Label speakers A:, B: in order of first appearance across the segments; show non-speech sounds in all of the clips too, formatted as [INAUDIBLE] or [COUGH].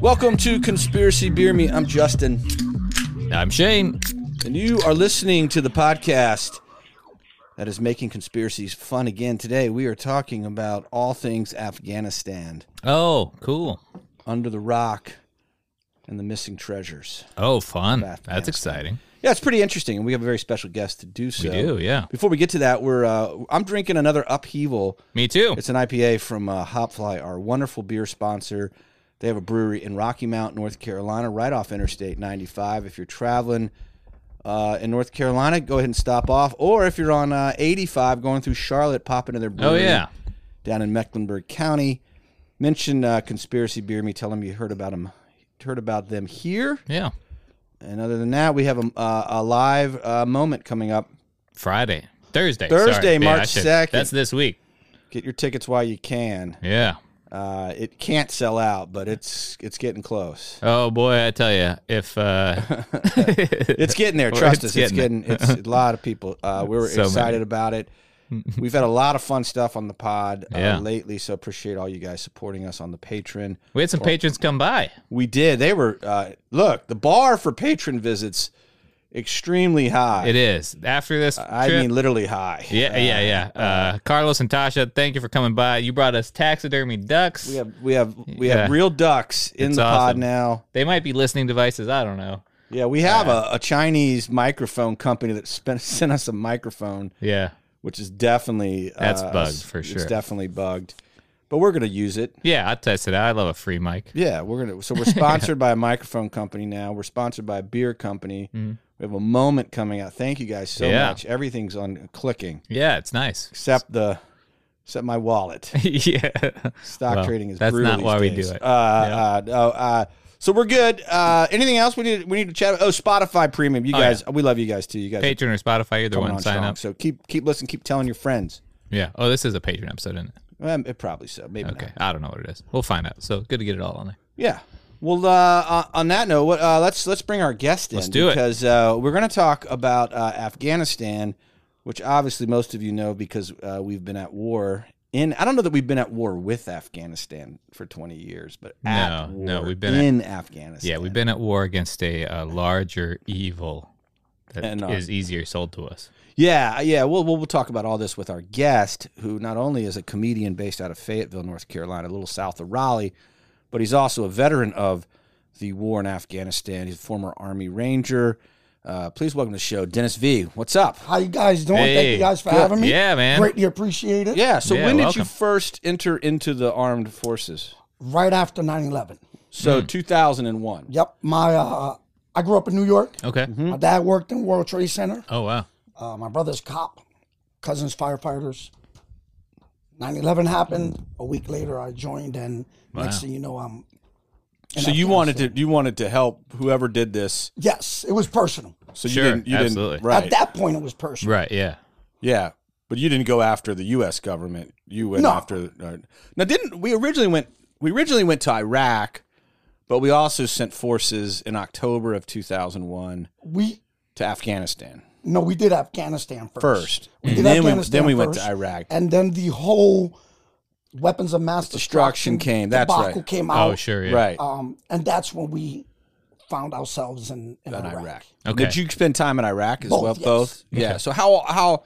A: Welcome to Conspiracy Beer Me. I'm Justin,
B: I'm Shane.
A: and you are listening to the podcast that is making conspiracies fun again. Today, we are talking about all things Afghanistan,
B: Oh, cool.
A: under the rock, and the missing treasures.
B: Oh, fun. That's
A: Afghanistan.
B: exciting.
A: Yeah, it's pretty interesting, and we have a very special guest to do so.
B: We do, yeah.
A: Before we get to that, we're uh, I'm drinking another upheaval.
B: Me too.
A: It's an IPA from uh, Hopfly, our wonderful beer sponsor. They have a brewery in Rocky Mount, North Carolina, right off Interstate 95. If you're traveling uh, in North Carolina, go ahead and stop off. Or if you're on uh, 85 going through Charlotte, pop into their brewery
B: oh, yeah.
A: down in Mecklenburg County. Mention uh, Conspiracy Beer Me. Tell them you heard about 'em- heard about them here.
B: Yeah.
A: And other than that, we have a, uh, a live uh, moment coming up.
B: Friday. Thursday.
A: Thursday,
B: Sorry. Yeah,
A: March
B: I should-
A: 2nd.
B: That's this week.
A: Get your tickets while you can.
B: Yeah.
A: Uh, it can't sell out, but it's it's getting close.
B: Oh, boy, I tell you, if. Uh,
A: [LAUGHS] It's getting there.
B: Well,
A: Trust
B: it's
A: us. It's
B: getting
A: getting it's a lot of people. Uh,
B: [LAUGHS]
A: we were
B: So many.
A: excited about
B: [LAUGHS]
A: it. We've had a lot of fun stuff on the pod uh,
B: Yeah.
A: lately, so appreciate all you guys supporting us on the patron.
B: [LAUGHS] we had some patrons come by.
A: We did. They were uh, look the bar for patron visits extremely high.
B: It is. After this trip.
A: I mean, literally high.
B: yeah, yeah, yeah. Uh, Carlos and Tasha, thank you for coming by. You brought us taxidermy ducks.
A: We have we have we
B: Yeah.
A: have real ducks in
B: It's
A: the pod
B: awesome.
A: now.
B: they might be listening devices. I don't know.
A: Yeah, we have a, a Chinese microphone company that spent, [LAUGHS] sent us a microphone,
B: Yeah.
A: which is definitely
B: That's
A: uh,
B: bugged for sure.
A: It's definitely bugged, but we're gonna use it.
B: Yeah, I tested it. out. I love a free mic.
A: Yeah, we're gonna. So we're
B: [LAUGHS]
A: sponsored by a microphone company now. We're sponsored by a beer company. We have a moment coming out. Thank you guys so
B: Mm-hmm. Yeah.
A: much. Everything's on clicking
B: Yeah, it's nice. [LAUGHS]
A: except the except my wallet.
B: yeah.
A: Stock
B: Well,
A: trading is
B: that's
A: brutal
B: not
A: these
B: why we
A: days.
B: do it.
A: Uh, uh, oh, uh, so we're good. Uh, anything else we need? We need to chat. About? Oh, Spotify Premium.
B: Oh,
A: You guys, we love you guys too. You guys are
B: Patreon or Spotify, either
A: coming
B: one.
A: on
B: Sign
A: strong.
B: up.
A: So keep keep listening. Keep telling your friends.
B: Yeah. Oh, this is a Patreon episode, isn't it?
A: Um, it probably so. Maybe
B: Okay.
A: not.
B: I don't know what it is. We'll find out. So good to get it all on there.
A: Yeah. Well, uh, uh, on that note, what, uh, let's let's bring our guest in.
B: Let's do it.
A: because uh, we're going to talk about uh, Afghanistan, which obviously most of you know because uh, we've been at war. In I don't know that we've been at war with Afghanistan for twenty years, but at
B: No,
A: war
B: no, we've been at-
A: in Afghanistan.
B: Yeah, we've been at war against a, uh larger evil that is
A: And, uh,
B: easier sold to us.
A: Yeah, yeah. We'll, we'll we'll talk about all this with our guest, who not only is a comedian based out of Fayetteville, North Carolina, a little south of Raleigh, but he's also a veteran of the war in Afghanistan. He's a former Army Ranger. Uh, please welcome to the show, Dennis V. What's up?
C: How you guys doing? Thank
B: Hey.
C: you guys for
B: Good.
C: having me.
B: Yeah, man.
C: Greatly appreciate it.
A: Yeah. So
B: Yeah,
A: when did you
B: welcome.
A: first enter into the armed forces?
C: Right after 9/11.
A: So 2001.
C: Yep. My uh, I grew up in New York.
B: Okay.
A: Mm-hmm.
C: My dad worked in World Trade Center.
B: Oh wow.
C: Uh, my brother's cop. Cousins firefighters. 9/11 happened. A week later, I joined, and next thing you know, I'm. in
A: So you
C: Afghanistan.
A: wanted to you wanted to help whoever did this.
C: Yes, it was personal.
A: So
B: Sure,
A: you didn't you
B: absolutely.
A: didn't right
C: At that point, it was personal.
B: Right. Yeah.
A: Yeah, but you didn't go after the U.S. government. You went
C: No.
A: after. uh, Now, didn't we originally went? We originally went to Iraq, but we also sent forces in October of 2001
C: We
A: to Afghanistan
C: no, we did Afghanistan first.
A: first,
C: We did
A: and then we
C: Afghanistan
A: then we went to
C: first.
A: Iraq.
C: and then the whole weapons of mass
A: Destruction
C: destruction,
A: came, that's
C: debacle
A: right.
C: came out.
B: Oh sure. Yeah.
A: Right
C: Um, and that's when we found ourselves in, in
A: in
C: Iraq.
A: Iraq.
B: Okay.
A: Did you spend time in Iraq as
C: Both,
A: well?
C: yes.
A: Both. Yeah. So how how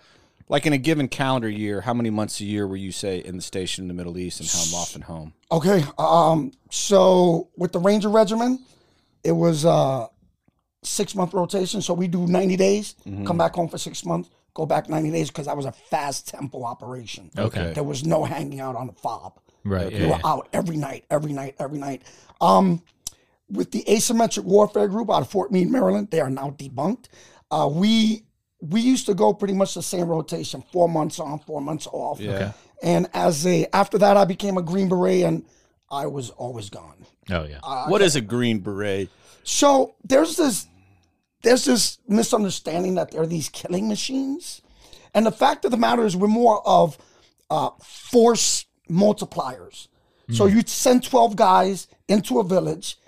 A: like in a given calendar year, how many months a year were you say in the station in the Middle East and how often home?
C: Okay. Um, so with the Ranger Regiment, it was uh six month rotation. So we do 90 days,
A: Mm-hmm.
C: come back home for six months, go back 90 days because that was a fast tempo operation.
B: Okay.
C: There was no hanging out on the fob.
B: Right.
C: We
B: Yeah.
C: were out every night, every night, every night. Um, with the Asymmetric Warfare Group out of Fort Meade, Maryland, they are now debunked. Uh, we we used to go pretty much the same rotation, four months on, four months off.
A: Yeah. Okay.
C: And as a after that, I became a Green Beret, and I was always gone.
B: Oh yeah.
A: What is a green beret?
C: So there's this there's this misunderstanding that there are these killing machines, and the fact of the matter is we're more of uh, force multipliers. So
A: Hmm.
C: you send twelve guys into a village,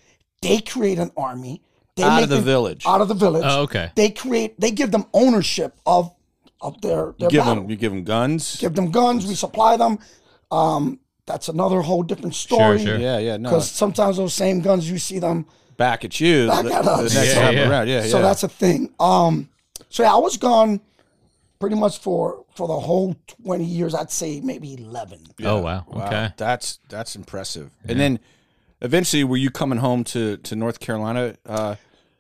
C: they create an army. They
A: Out of
C: make
A: the
C: an-
A: village.
C: Out of the village.
B: Oh, okay.
C: They create. They give them ownership of of their their
A: Give
C: battle.
A: them you give them guns.
C: give them guns. We supply them. Um, that's another whole different story.
B: sure.
A: Yeah, yeah, no.
C: Because sometimes those same guns you see them.
A: Back at you
C: Back
A: the,
C: at us.
A: the next
B: Yeah,
A: time
B: yeah.
A: around. Yeah,
C: So
A: yeah.
C: that's a thing. Um, so yeah, I was gone pretty much for for the whole twenty years. I'd say maybe eleven.
B: Oh wow. Okay.
A: That's that's impressive. And then eventually were you coming home to, to North Carolina? Uh,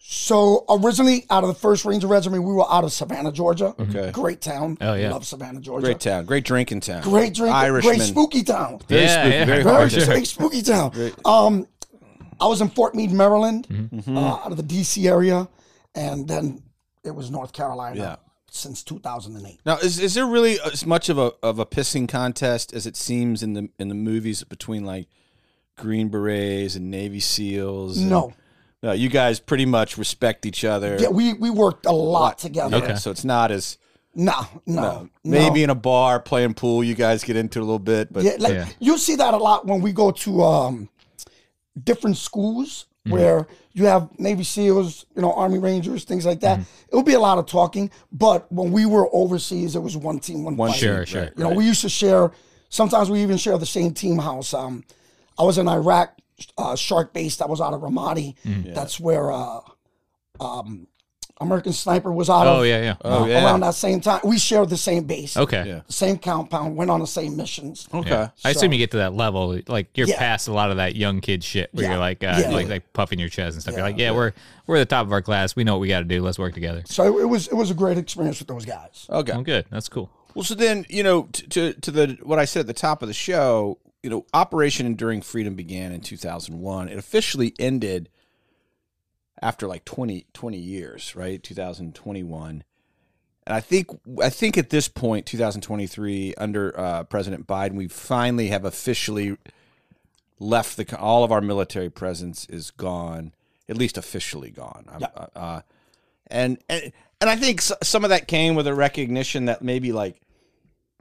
C: So originally, out of the first Ranger Regiment, we were out of Savannah, Georgia.
A: Okay.
C: Great town.
B: Oh, yeah.
C: Love Savannah, Georgia.
A: great town, great drinking town.
C: Great drink.
A: Irishman.
C: Great spooky town.
A: Very
B: Yeah,
A: spooky,
B: yeah.
A: very
B: Very
C: Very
A: haunted.
B: sure.
C: big spooky town. Um, I was in Fort Meade, Maryland,
B: Mm-hmm.
C: uh,
A: Mm-hmm.
C: out of the D.C. area, and then it was North Carolina
A: Yeah.
C: since 2008.
A: Now, is, is there really as much of a of a pissing contest as it seems in the in the movies between like Green Berets and Navy SEALs? and-
C: No,
A: no, you guys pretty much respect each other.
C: yeah, we we worked a lot together.
A: Yeah, so it's not as
C: No, no, no.
A: maybe in a bar playing pool, you guys get into a little bit, but
C: Yeah, like
B: Yeah.
C: you see that a lot when we go to um, different schools
B: Mm-hmm.
C: where you have Navy SEALs, you know, Army Rangers, things like that.
B: Mm-hmm.
C: It would be a lot of talking, but when we were overseas, it was one team, one, fight.
B: Sure. Sure.
C: You know, we used to share. Sometimes we even share the same team house. Um, I was in Iraq, uh, Shark Base. That was out of Ramadi.
B: Mm-hmm.
C: That's where uh, um, American Sniper was out
B: Oh
C: of.
B: yeah. Yeah.
A: oh yeah,
C: Around that same time, we shared the same base,
B: Okay.
A: Yeah.
C: same compound, went on the same missions.
A: okay,
B: Yeah. I assume you get to that level, like you're
C: Yeah.
B: past a lot of that young kid shit where
C: Yeah.
B: you're like, uh,
C: Yeah.
B: like, like puffing your chest and stuff. You're like, yeah, we're we're the top of our class. We know what we got to do. Let's work together.
C: So it, it was it was a great experience with those guys.
A: okay.
B: I'm good. That's cool.
A: Well, so then you know t- to to the what I said at the top of the show, you know, Operation Enduring Freedom began in 2001. It officially ended after like 20, 20 years, right? 2021. And I think I think at this point, 2023, under uh, President Biden, we finally have officially left the co- all of our military presence is gone, at least officially gone. I'm- uh, uh, and and and I think s- some of that came with a recognition that maybe like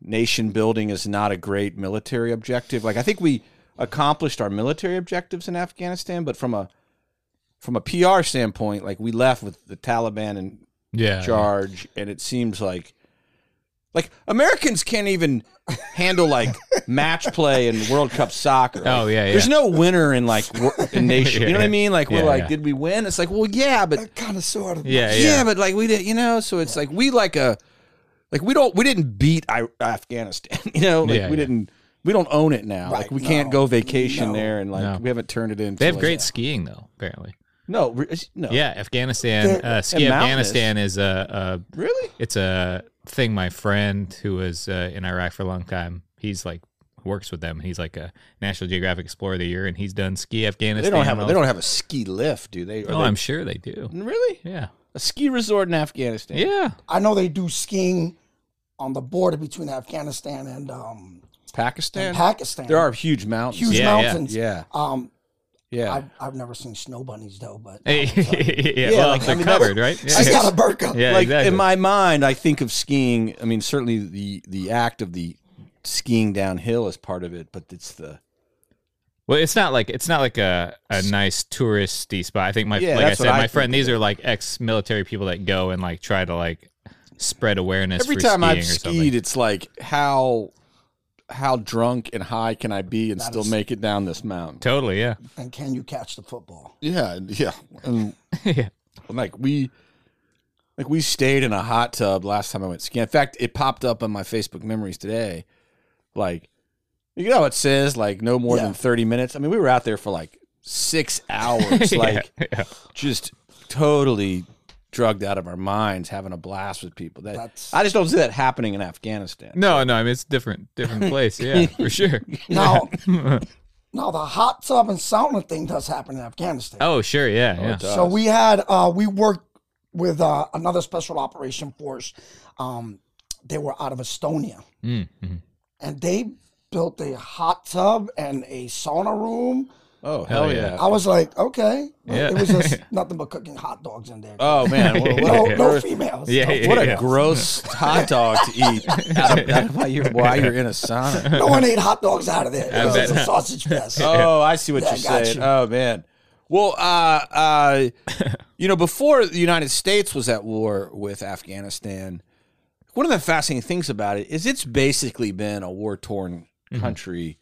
A: nation building is not a great military objective. Like I think we accomplished our military objectives in Afghanistan, but from a from a PR standpoint, like we left with the Taliban in
B: Yeah.
A: charge, and it seems like like Americans can't even handle
B: [LAUGHS]
A: like match play and World Cup soccer.
B: Oh, yeah, yeah.
A: There's no winner in like wor-
B: [LAUGHS]
A: in nation. You know what I mean? Like we're
B: Yeah,
A: like,
B: yeah.
A: did we win? It's like, well, yeah, but
C: Kind of sort of.
B: Yeah.
A: yeah.
B: Yeah.
A: but like we did, you know. So it's like we like a, like we don't we didn't beat I- Afghanistan, [LAUGHS] you know. Like
B: Yeah,
A: we
B: yeah.
A: didn't we don't own it now. like
C: Right,
A: we can't
C: no,
A: go vacation
C: no.
A: there and like
B: No.
A: we haven't turned it into.
B: They have
A: like-
B: great skiing though. Apparently.
A: No, re- it's- no.
B: Yeah. Afghanistan.
C: They're-
B: Uh, ski
A: And mountainous.
B: Afghanistan is a, a
A: Really?
B: it's a thing my friend who was uh, in Iraq for a long time. He's like works with them. He's like a National Geographic Explorer of the Year, and he's done ski Afghanistan.
A: They don't have a,
B: and
A: they
B: all-
A: don't have a ski lift, do they? Or
B: Oh,
A: they
B: I'm sure they do.
A: [LAUGHS] really
B: Yeah.
A: a ski resort in Afghanistan.
B: Yeah.
C: I know they do skiing on the border between Afghanistan and um,
A: Pakistan.
C: Pakistan.
A: there are huge mountains.
C: huge
B: Yeah, yeah,
C: mountains.
A: Yeah,
C: Um,
A: yeah.
C: I've, I've never seen snow bunnies though, but
B: Hey, [LAUGHS] yeah,
A: [LAUGHS] Yeah,
B: well,
A: like, I
B: they're
A: mean, that's-
B: covered, right?
C: she's got a
B: [LAUGHS]
C: burqa.
B: yeah,
A: like
B: exactly.
A: in my mind, I think of skiing. I mean, certainly the the act of the skiing downhill is part of it, but it's the
B: well, it's not like it's not like a, a nice touristy spot. I think my
A: Yeah,
B: like I
A: that's
B: said,
A: what I
B: my
A: think
B: friend, these are like ex-military people that go and like try to like spread awareness.
A: every
B: for
A: time
B: skiing
A: I've
B: or
A: skied,
B: something.
A: it's like how how drunk and high can I be and still
C: is-
A: make it down this mountain?
B: [LAUGHS]
A: [LAUGHS]
B: totally, yeah,
C: and can you catch the football?
A: Yeah, and- yeah. And,
B: yeah.
A: and, like we like we stayed in a hot tub last time I went skiing. In fact, it popped up on my Facebook memories today. Like you know, it says like no more
C: Yeah.
A: than thirty minutes. I mean, we were out there for like
B: [LAUGHS]
A: six hours,
B: Yeah,
A: like
B: [LAUGHS] yeah.
A: just totally drugged out of our minds, having a blast with people. That
C: That's-
A: I just don't see that happening in Afghanistan.
B: No, no, I mean it's different,
A: [LAUGHS]
B: different place. Yeah, for sure.
C: Now, now the hot tub and sauna thing does happen in Afghanistan.
B: [LAUGHS] Oh, sure, yeah, yeah.
A: does.
C: So we had uh, we worked with uh, another special operation force. Um, they were out of Estonia,
B: Mm, mhm.
C: and they built a hot tub and a sauna room.
A: Oh hell,
B: Hell
A: yeah.
B: yeah.
C: I was like, okay, Well,
B: Yeah. [LAUGHS]
C: it was just nothing but cooking hot dogs in there.
A: Oh man, [LAUGHS] what, what-
C: no,
A: what-
C: no females.
B: Yeah,
C: no,
B: yeah,
A: what a
B: yeah.
A: gross hot dog to eat out of- out of- while you're while you're in a sauna.
C: no one ate hot dogs out of there. It was
B: bet
C: a
B: not. [LAUGHS]
C: sausage fest.
A: [LAUGHS] Oh, I see what
C: Yeah,
A: you're
C: got
A: saying.
C: you.
A: Oh man. Well, uh, uh, you know, before the United States was at war with Afghanistan,
C: Mm-hmm.
A: one of the fascinating things about it is it's basically been a war torn country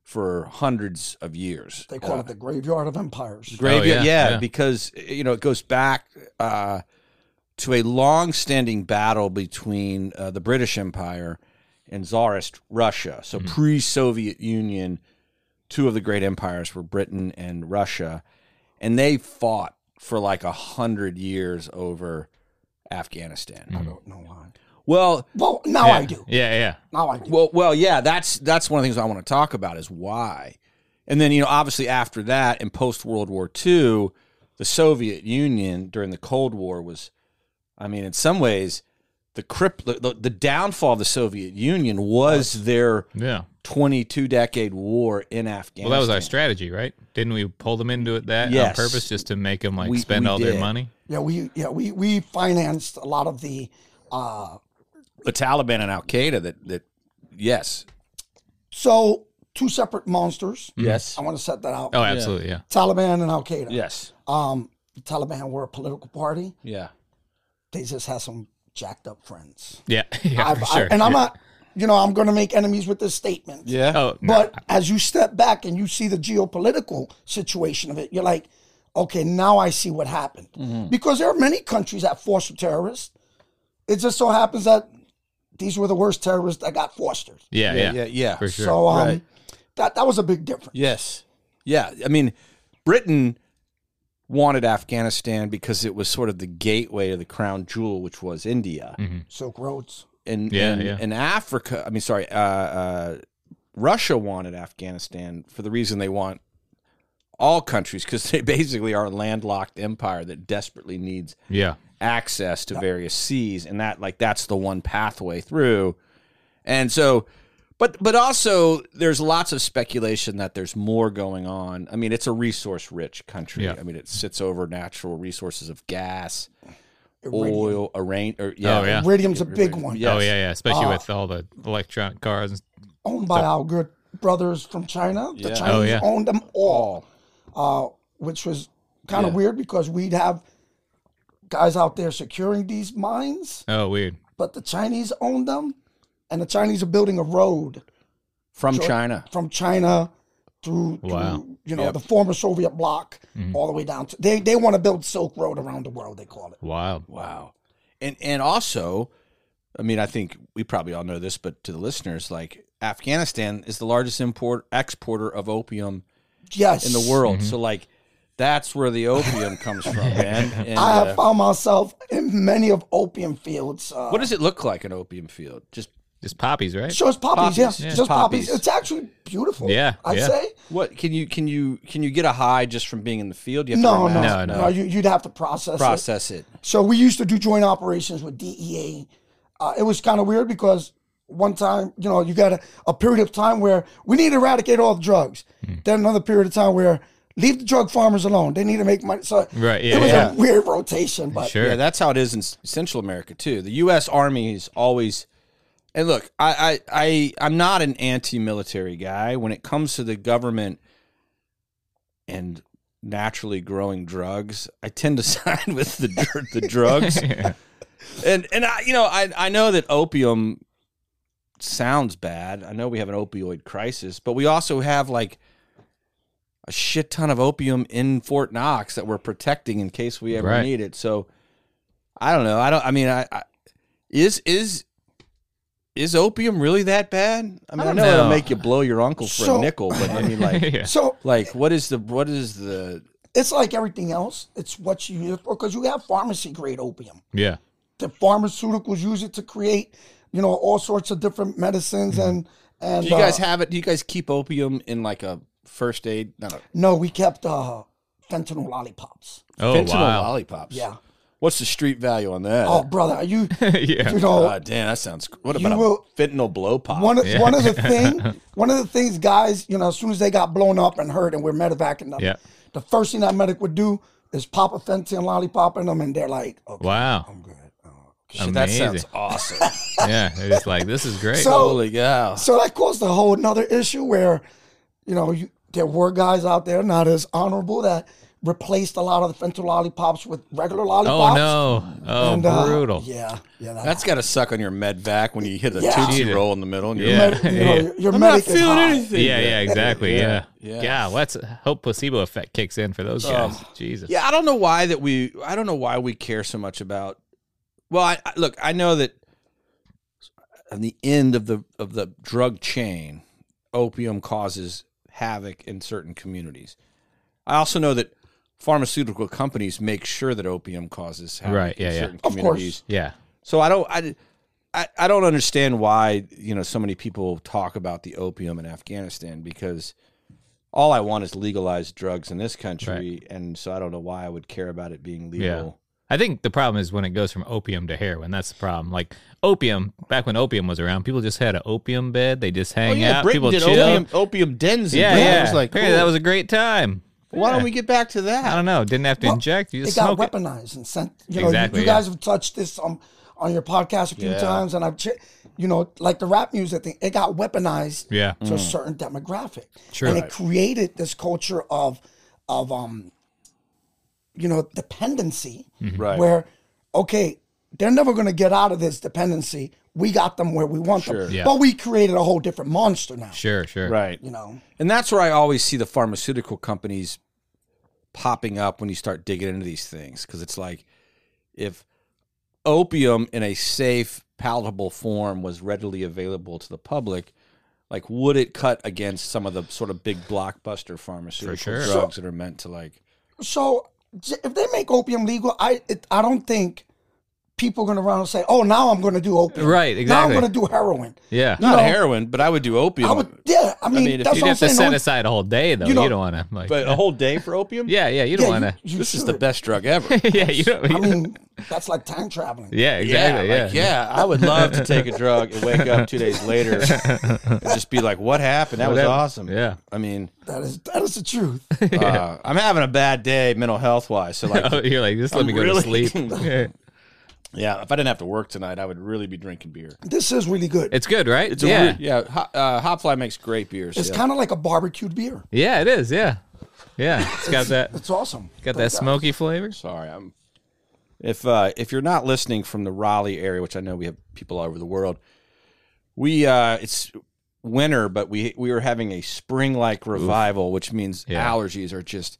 A: for hundreds of years.
C: They call
A: Uh,
C: it the graveyard of empires.
A: graveyard.
B: Oh, yeah,
A: yeah,
B: yeah.
A: because you know it goes back uh, to a long-standing battle between uh, the British Empire and Tsarist Russia. So
B: Mhm.
A: pre-Soviet Union, two of the great empires were Britain and Russia, and they fought for like a hundred years over Afghanistan.
C: I
B: Mhm.
C: don't know why.
A: Well,
C: Well, now
B: yeah.
C: I do.
B: Yeah, yeah.
C: Now I do.
A: Well, well, yeah, that's that's one of the things I want to talk about is why. And then you know, obviously after that, in post World War II, the Soviet Union during the Cold War was, I mean, in some ways, the crip the, the, the downfall of the Soviet Union was their
B: Yeah.
A: twenty two decade war in
B: Well,
A: Afghanistan.
B: that was our strategy, right? Didn't we pull them into it that
A: Yes.
B: on purpose just to make them like
A: We-
B: spend
A: we
B: all
A: did.
B: their money?
C: yeah, we yeah we we financed a lot of the uh,
A: the Taliban and Al Qaeda. That that yes,
C: so two separate monsters.
A: yes,
C: I want to set that out.
B: Mm. Oh, absolutely, yeah.
C: Taliban and Al Qaeda.
A: yes,
C: Um, the Taliban were a political party.
A: yeah.
C: They just had some jacked up friends.
B: Yeah. [LAUGHS] Yeah,
C: I've-
B: for
C: I-
B: sure.
C: and I'm
B: yeah.
C: not. You know, I'm going to make enemies with this statement.
A: Yeah.
B: Oh, no.
C: But as you step back and you see the geopolitical situation of it, you're like, okay, now I see what happened.
B: Mm-hmm.
C: Because there are many countries that foster terrorists. It just so happens that these were the worst terrorists that got fostered.
B: yeah, yeah,
A: yeah, yeah.
B: For sure.
C: So um,
A: Right.
C: that that was a big difference.
A: Yes. Yeah. I mean, Britain wanted Afghanistan because it was sort of the gateway to the crown jewel, which was India.
C: Silk Roads.
A: And,
B: Mm-hmm. Yeah,
A: and,
B: yeah.
A: and Africa, I mean, sorry, uh, uh, Russia wanted Afghanistan for the reason they want all countries because they [LAUGHS] basically are a landlocked empire that desperately needs
B: yeah.
A: access to various seas and that like that's the one pathway through and so but but also there's lots of speculation that there's more going on i mean it's a resource rich country
B: Yeah.
A: i mean it sits over natural resources of gas
C: Iridium.
A: oil arrain or yeah,
B: Oh, yeah.
C: Iridium's a big one.
A: Yes.
B: Oh, yeah, yeah. Especially
C: Uh,
B: with all the electronic cars. and-
C: Owned by our good brothers from China. The
A: Yeah.
C: Chinese
B: Oh, yeah.
C: owned them all.
A: all
C: uh, which was kind of
A: Yeah.
C: weird because we'd have guys out there securing these mines,
B: Oh, weird.
C: but the Chinese owned them, and the Chinese are building a road
A: from
C: Sure.
A: china
C: from China through, through
B: Wow. Mm-hmm.
C: you know,
A: Yep.
C: the former Soviet bloc all the way down to they they want to build Silk Road around the world. They call it.
B: Wild.
A: Wow. And and also, I mean, I think we probably all know this, but to the listeners, like Afghanistan is the largest import exporter of opium
C: Yes,
A: in the world.
C: Mm-hmm.
A: So like that's where the opium comes
C: [LAUGHS]
A: from, man. And,
C: I have
A: uh,
C: found myself in many of opium fields. Uh,
A: what does it look like an opium field? Just
B: Just poppies, right?
C: Just poppies,
A: Poppies,
C: yes,
A: yeah.
C: just poppies.
A: Poppies.
C: It's actually beautiful.
B: Yeah,
C: I'd
B: yeah.
C: say.
A: what can you can you can you get a high just from being in the field? You have to
C: No,
A: wear
C: no,
A: a
C: no,
A: mask?
B: no.
C: You, you'd have to process, it.
A: Process it.
C: So we used to do joint operations with DEA. Uh, it was kind of weird because one time, you know, you got a, a period of time where we need to eradicate all the drugs.
B: Hmm.
C: Then another period of time where leave the drug farmers alone. They need to make money. So
B: Right,
C: it
B: yeah,
C: was
B: yeah.
C: a weird rotation, but
B: Sure.
A: Yeah, that's how it is in S- Central America too. The U.S. Army is always, and look, I, I, I I'm not an anti-military guy when it comes to the government and naturally growing drugs. I tend to [LAUGHS] side with the dr- the drugs,
B: [LAUGHS] Yeah.
A: and and I, you know, I I know that opium sounds bad. I know we have an opioid crisis, but we also have like. A shit ton of opium in Fort Knox that we're protecting in case we ever
B: Right.
A: need it. So, I don't know. I don't. I mean, I, I is is is opium really that bad? I mean, I,
B: don't
A: know, it'll
B: know.
A: make you blow your uncle for
C: So-
A: a nickel, but I mean, like,
B: [LAUGHS] Yeah.
C: so
A: like what is the what is the
C: it's like everything else. It's what you use because you have pharmacy grade opium.
B: Yeah.
C: The pharmaceuticals use it to create, you know, all sorts of different medicines
B: Hmm.
C: and and
A: do you guys
C: uh,
A: have it? Do you guys keep opium in like a first aid? Not a
C: no, we kept uh, fentanyl lollipops.
B: Oh,
A: fentanyl
B: wow.
A: lollipops.
C: Yeah.
A: What's the street value on that?
C: Oh, brother, are you
B: [LAUGHS] yeah.
C: you know
A: God damn, that sounds. What
C: You
A: about
C: will-
A: a fentanyl blow pop?
C: One of, one of
B: [LAUGHS]
C: the thing, one of the things, guys, you know, as soon as they got blown up and hurt, and we're medevacing them,
B: Yeah.
C: the first thing that medic would do is pop a fentanyl and lollipop in them, and they're like, okay,
B: Wow.
C: I'm good. Oh.
A: Shit, that sounds
B: Amazing.
C: [LAUGHS]
A: awesome.
B: Yeah. It's like, this is great.
C: So-
A: Holy cow!
C: So that caused a whole another issue where, you know, you, there were guys out there not as honorable that replaced a lot of the fentanyl lollipops with regular lollipops.
B: Oh no! Oh,
C: And, uh,
B: brutal.
C: Yeah, yeah. That,
A: That's got to suck on your med vac when you hit a
C: Yeah.
A: tootsie
B: Yeah.
A: roll in the middle. And you're
B: [LAUGHS] Yeah.
A: like,
C: med- you know, your- your
A: I'm not
C: medic is
A: feeling
C: high.
A: anything.
B: Yeah, yeah, exactly. Yeah.
A: Yeah.
B: Yeah. let's hope placebo effect kicks in for those
C: Um,
B: guys. Jesus.
A: Yeah, I don't know why that we. I don't know why we care so much about. Well, I, I look. I know that on the end of the of the drug chain, opium causes havoc in certain communities. I also know that pharmaceutical companies make sure that opium causes havoc
B: Right, yeah,
A: in
B: yeah.
A: certain
C: Of course.
A: communities.
B: Yeah.
A: So I don't I, I I don't understand why you know so many people talk about the opium in Afghanistan because all I want is legalized drugs in this country, and so I don't know why I would care about it being legal.
B: I think the problem is when it goes from opium to heroin. That's the problem. Like opium, back when opium was around, people just had an opium bed. They just hang out. people chill.
A: opium, opium dens. in
B: Yeah,
A: Britain.
B: yeah.
A: It was like, oh.
B: Apparently that
A: cool.
B: was a great time.
A: why
B: Yeah.
A: don't we get back to
B: I
A: that?
B: don't know. Didn't have to
C: Well,
B: inject. You
C: It
B: just
C: got
B: smoke it.
C: weaponized and sent. You know,
B: Exactly,
C: you, you
B: yeah.
C: guys have touched this on on your podcast a few
A: Yeah.
C: times, and I've, ch- you know, like the rap music thing, it got weaponized
B: Yeah.
A: Mm.
C: to a certain demographic,
B: Sure.
C: and it created this culture of of um, you know, dependency,
B: Mm-hmm.
A: Right.
C: where okay, they're never going to get out of this dependency. We got them where we want
A: Sure.
C: them,
B: Yeah.
C: but we created a whole different monster now.
B: Sure, sure.
A: Right.
C: You know,
A: And that's where I always see the pharmaceutical companies popping up when you start digging into these things. Cause it's like if opium in a safe, palatable form was readily available to the public, like would it cut against some of the sort of big blockbuster pharmaceutical
B: sure.
A: drugs that are meant to like
C: so j- if they make opium legal, I it, I don't think people are going to run and say, "Oh, now I'm going to do opium."
B: Right,
C: Now I'm
B: exactly.
C: going to do heroin.
B: Yeah.
A: not
C: No.
A: heroin, but I would do opium.
C: I would, yeah. I mean,
A: mean, if
C: that's
B: You'd
C: what I'm
B: have to
C: saying.
B: set
C: No,
B: aside a whole day though.
C: You
B: You
C: know-
B: don't, want to like
A: but a whole day for opium?
B: Yeah, yeah, you don't
C: Oh, yeah,
B: want
C: you-
B: to.
C: you
A: This is the
C: should.
A: best drug [LAUGHS] ever.
B: [LAUGHS] Yeah, you don't
C: I mean, that's like time traveling.
B: Yeah, exactly.
A: Yeah,
B: Yeah.
A: like, yeah. I would love to take a drug and wake up two days later and just be like, "What happened? That was
B: Whatever.
A: awesome."
B: Yeah.
A: I
B: [LAUGHS]
A: mean,
C: That is that is the truth.
A: uh, I'm having a bad day, mental health wise. So
B: [LAUGHS]
A: like,
B: [LAUGHS] Oh, you're like, just let
A: I'm
B: me go
A: really-
B: to sleep. Yeah.
A: yeah, if I didn't have to work tonight, I would really be drinking beer.
C: this is really good.
B: [LAUGHS] It's good, right?
A: a
B: yeah.
A: weird- yeah. Ho- uh, Hopfly makes great beers.
C: It's
A: yeah.
C: kind of like a barbecued beer.
B: Yeah, it is. Yeah, yeah. It's got that
C: It's awesome. [LAUGHS]
B: got that smoky flavor.
A: Sorry, I'm. If uh, if you're not listening from the Raleigh area, which I know we have people all over the world, we uh, it's winter, but we we were having a spring like revival, which means
B: Yeah.
A: allergies are just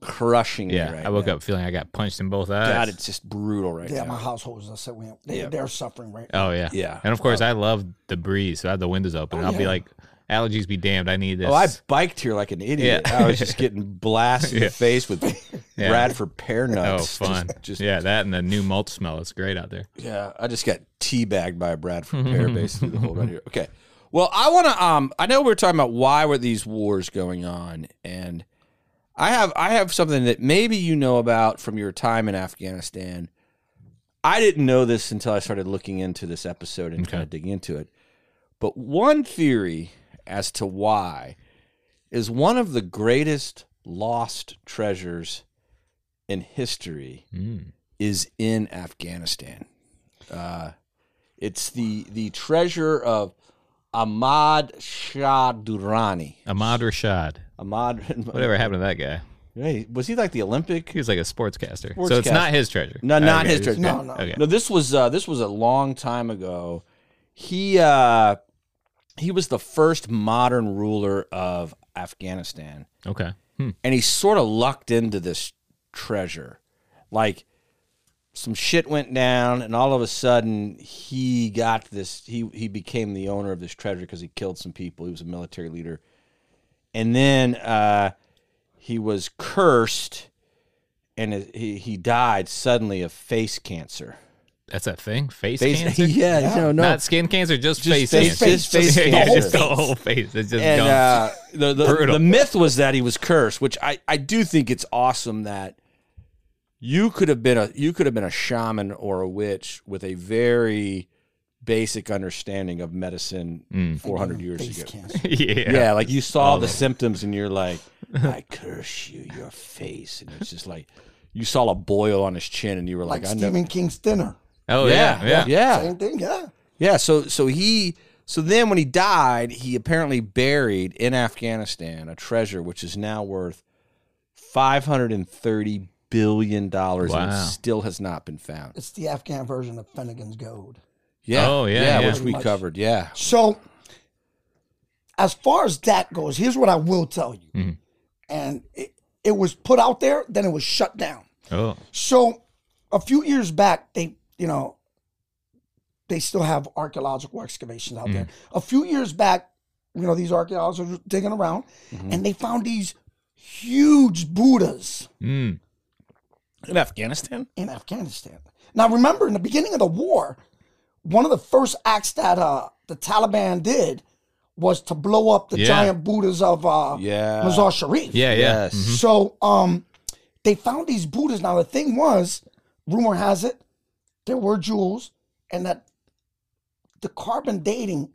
A: crushing.
B: Yeah,
A: me right
B: I woke
A: now.
B: up feeling I got punched in both eyes.
A: God, it's just brutal right
C: Yeah,
A: now.
C: my household is. I said we they,
A: Yeah.
C: they're suffering right. now.
B: Oh yeah,
A: Yeah.
B: And of course, I love the breeze, so I have the windows open. and I'll be
C: yeah.
B: like, allergies be damned. I need this.
A: Oh, I biked here like an idiot.
B: Yeah.
A: I was just getting blasted
B: [LAUGHS]
A: in the face with
B: Yeah.
A: Radford pear
B: oh
A: nuts. [LAUGHS]
B: fun.
A: Just, just- yeah.
B: yeah, that and the new mulch smell. It's great out there.
A: I just got teabagged by a Bradford pear basically the whole run here. Okay. Well, I want to. Um, I know we were talking about why were these wars going on, and I have I have something that maybe you know about from your time in Afghanistan. I didn't know this until I started looking into this episode and kind of digging into it. But one theory as to why is one of the greatest lost treasures in history
B: Mm.
A: is in Afghanistan. Uh, it's the the treasure of Ahmad Shah Durrani.
B: Ahmad Rashad.
A: Ahmad, [LAUGHS]
B: Whatever happened to that guy?
A: Hey, was he like the Olympic?
B: He was like a sportscaster. So it's not his treasure.
A: No, not
B: Okay.
A: his treasure.
C: No, no.
B: Okay.
A: No, this was uh, this was a long time ago. He uh, he was the first modern ruler of Afghanistan,
B: Okay. Hmm.
A: and he sort of lucked into this treasure. Like some shit went down, and all of a sudden he got this. He he became the owner of this treasure because he killed some people. He was a military leader, and then uh, he was cursed. And he, he died suddenly of face cancer.
B: That's that thing. Face,
A: Face- [LAUGHS]
B: cancer.
A: Yeah, no, no.
B: Not skin cancer, just,
A: Just
B: [LAUGHS]
A: face-
B: face, cancer.
A: just [LAUGHS] face
B: Yeah,
A: cancer.
B: Just the whole face. It's just
A: and
B: gone.
A: uh, the the,
B: Brutal.
A: the myth was that he was cursed, which I, I do think it's awesome that you could have been a you could have been a shaman or a witch with a very basic understanding of medicine
B: Mm.
A: 400 years
C: Face
A: ago.
C: cancer.
B: [LAUGHS] yeah.
A: Yeah. like you saw
B: All
A: the
B: of it.
A: symptoms and you're like, I curse you, your face, and it's just like you saw a boil on his chin and you were like,
C: Like
A: I know.
C: Stephen King's dinner.
B: Oh yeah. Yeah.
A: yeah.
C: Same thing. Yeah.
A: Yeah, so so he so then when he died, he apparently buried in Afghanistan a treasure which is now worth $530 billion and it
B: Wow.
A: still has not been found.
C: It's the Afghan version of Finnegan's Gold.
A: Yeah.
B: Oh, yeah, yeah.
A: which we
C: Pretty much.
A: covered. Yeah.
C: So, as far as that goes, here's what I will tell you.
B: Mhm.
C: And it, it was put out there, then it was shut down.
B: Oh,
C: So, a few years back, they, you know, they still have archaeological excavations out there. A few years back, you know, these archaeologists were digging around and they found these huge Buddhas
B: mm.
A: In Afghanistan?
C: in Afghanistan. Now, remember, in the beginning of the war, one of the first acts that uh, the Taliban did was to blow up the
B: Yeah.
C: giant Buddhas of uh,
A: Yeah.
C: Mazar Sharif.
B: yeah, yeah.
A: Yes.
B: Mhm.
C: So um, they found these Buddhas. Now, the thing was, rumor has it, there were jewels, and that the carbon dating